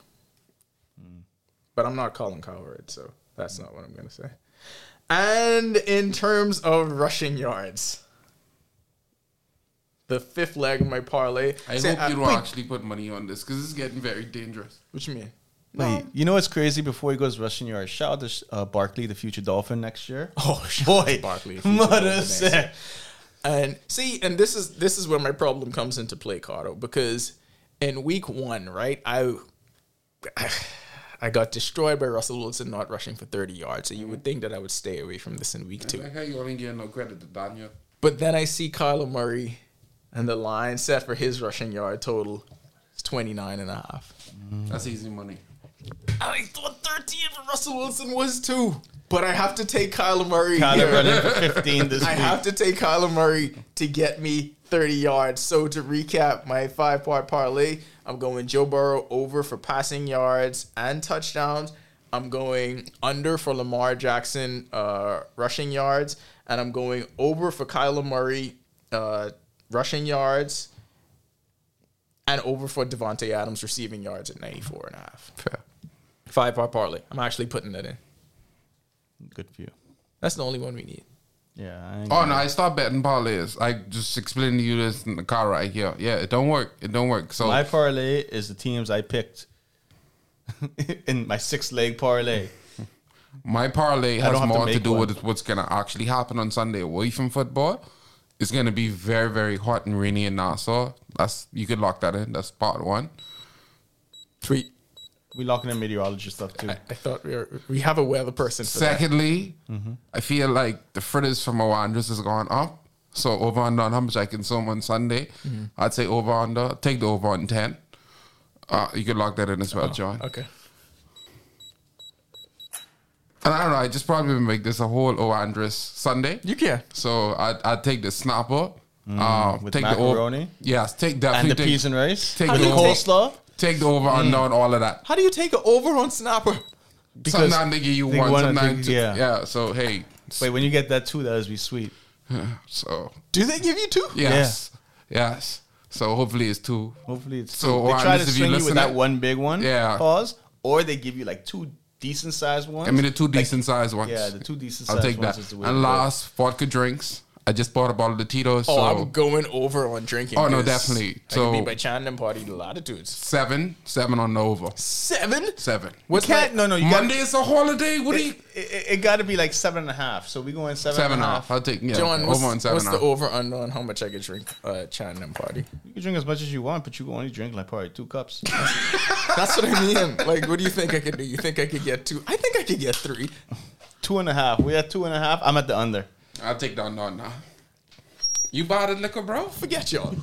[SPEAKER 5] But I'm not Colin Cowherd, so that's not what I'm gonna say. And in terms of rushing yards. The fifth leg of my parlay.
[SPEAKER 7] I
[SPEAKER 5] Say,
[SPEAKER 7] hope
[SPEAKER 5] uh,
[SPEAKER 7] you don't
[SPEAKER 5] wait,
[SPEAKER 7] actually put money on this because it's getting very dangerous.
[SPEAKER 5] What you mean?
[SPEAKER 6] Wait, you know what's crazy? Before he goes rushing yards, shout out to sh- uh, Barkley, the future Dolphin, next year.
[SPEAKER 5] Oh shit.
[SPEAKER 6] Boy,
[SPEAKER 5] Barkley, the future
[SPEAKER 6] mother
[SPEAKER 5] Dolphin next
[SPEAKER 6] said.
[SPEAKER 5] And see, and this is this is where my problem comes into play, Cardo, because in week one, right, I I got destroyed by Russell Wilson not rushing for 30 yards. So you would think that I would stay away from this in week two.
[SPEAKER 7] Like how you only getting no credit to Daniel?
[SPEAKER 5] But then I see Kyler Murray and the line set for his rushing yard total is 29 and a half.
[SPEAKER 7] That's easy money.
[SPEAKER 5] And I thought 13 for Russell Wilson was too. But I have to take Kyler Murray.
[SPEAKER 6] Kyler
[SPEAKER 5] here.
[SPEAKER 6] running for 15 this
[SPEAKER 5] I
[SPEAKER 6] week.
[SPEAKER 5] have to take Kyler Murray to get me 30 yards. So to recap my five part parlay, I'm going Joe Burrow over for passing yards and touchdowns. I'm going under for Lamar Jackson uh, rushing yards, and I'm going over for Kyler Murray uh, rushing yards, and over for Devonte Adams receiving yards at 94 and a half. Five part parlay. I'm actually putting that in.
[SPEAKER 6] Good for you.
[SPEAKER 5] That's the only one we need.
[SPEAKER 6] Yeah. I ain't
[SPEAKER 7] Oh no, I stopped betting parlays. I just explained to you this in the car right here. Yeah, it don't work. It don't work. So
[SPEAKER 6] My parlay is the teams I picked in my six leg parlay.
[SPEAKER 7] My parlay
[SPEAKER 6] don't
[SPEAKER 7] has
[SPEAKER 6] have to
[SPEAKER 7] more to,
[SPEAKER 6] make
[SPEAKER 7] do
[SPEAKER 6] one.
[SPEAKER 7] with what's going to actually happen on Sunday away from football. It's going to be very, very hot and rainy in Nassau. That's you could lock that in. That's part one.
[SPEAKER 5] Tweet.
[SPEAKER 6] We locking in meteorology stuff too.
[SPEAKER 5] I thought we were, we have a weather person for that.
[SPEAKER 7] Secondly,
[SPEAKER 6] Mm-hmm.
[SPEAKER 7] I feel like the fritters from Wanderers has gone up. So over under on how much I can sum on Sunday,
[SPEAKER 6] Mm-hmm.
[SPEAKER 7] I'd say over under. Take the over on ten. Uh, you could lock that in as
[SPEAKER 6] Oh,
[SPEAKER 7] well, John.
[SPEAKER 5] Okay.
[SPEAKER 7] And I don't know. I just probably make this a whole Wanderers Sunday.
[SPEAKER 5] You can.
[SPEAKER 7] So I'd, I'd take the snapper. uh,
[SPEAKER 6] Mm, with
[SPEAKER 7] take The
[SPEAKER 6] macaroni?
[SPEAKER 7] over, yes, take definitely
[SPEAKER 6] and the
[SPEAKER 7] take,
[SPEAKER 6] peas and Mm. rice.
[SPEAKER 7] take
[SPEAKER 6] with the
[SPEAKER 7] the whole-
[SPEAKER 6] coleslaw.
[SPEAKER 7] take the over and down all of that.
[SPEAKER 5] How do you take an over on Snapper?
[SPEAKER 6] Because
[SPEAKER 7] Sometimes they give you
[SPEAKER 6] they
[SPEAKER 7] one,
[SPEAKER 6] wanna take-
[SPEAKER 7] sometimes two.
[SPEAKER 6] yeah.
[SPEAKER 7] Yeah. So hey,
[SPEAKER 6] wait, when you get that too, that would be sweet.
[SPEAKER 7] so
[SPEAKER 5] Do they give you two?
[SPEAKER 7] yes, yes. So hopefully it's two.
[SPEAKER 6] Hopefully, it's
[SPEAKER 7] So,
[SPEAKER 6] they
[SPEAKER 7] Juan,
[SPEAKER 6] try to
[SPEAKER 7] if you
[SPEAKER 6] swing you with
[SPEAKER 7] listen
[SPEAKER 6] that
[SPEAKER 7] it-
[SPEAKER 6] one big one.
[SPEAKER 7] Yeah.
[SPEAKER 6] Pause. Or they give you like two decent sized ones.
[SPEAKER 7] I mean the two decent sized ones.
[SPEAKER 6] yeah, the two decent
[SPEAKER 7] I'll
[SPEAKER 6] sized
[SPEAKER 7] take
[SPEAKER 6] ones
[SPEAKER 7] that.
[SPEAKER 6] is the way to
[SPEAKER 7] And
[SPEAKER 6] go.
[SPEAKER 7] last vodka drinks. I just bought a bottle of the Tito's.
[SPEAKER 5] Oh,
[SPEAKER 7] so
[SPEAKER 5] I'm going over on drinking.
[SPEAKER 7] Oh, no,
[SPEAKER 5] 'cause
[SPEAKER 7] definitely.
[SPEAKER 5] I could be
[SPEAKER 7] So-
[SPEAKER 5] by Chandon Party to latitudes.
[SPEAKER 7] seven, seven on the over.
[SPEAKER 5] Seven.
[SPEAKER 7] Seven.
[SPEAKER 5] What's
[SPEAKER 6] You can't-
[SPEAKER 5] my-
[SPEAKER 6] no, no, you
[SPEAKER 7] Monday is a holiday. What do you?
[SPEAKER 6] It, it, it got to be like seven and a half. So we going seven,
[SPEAKER 7] Seven
[SPEAKER 6] and a half.
[SPEAKER 7] off. I'll take yeah.
[SPEAKER 5] John, what's,
[SPEAKER 7] over on seven
[SPEAKER 5] what's the
[SPEAKER 7] off.
[SPEAKER 5] over under on how much I could drink uh, Chandon Party?
[SPEAKER 6] You can drink as much as you want, but you can only drink like probably two cups.
[SPEAKER 5] That's what I mean. Like, what do you think I could do? You think I could get two? I think I could get three.
[SPEAKER 6] two and a half. We're at two and a half. I'm at the under.
[SPEAKER 7] I'll take the under now. You bought the liquor, bro?
[SPEAKER 5] Forget y'all.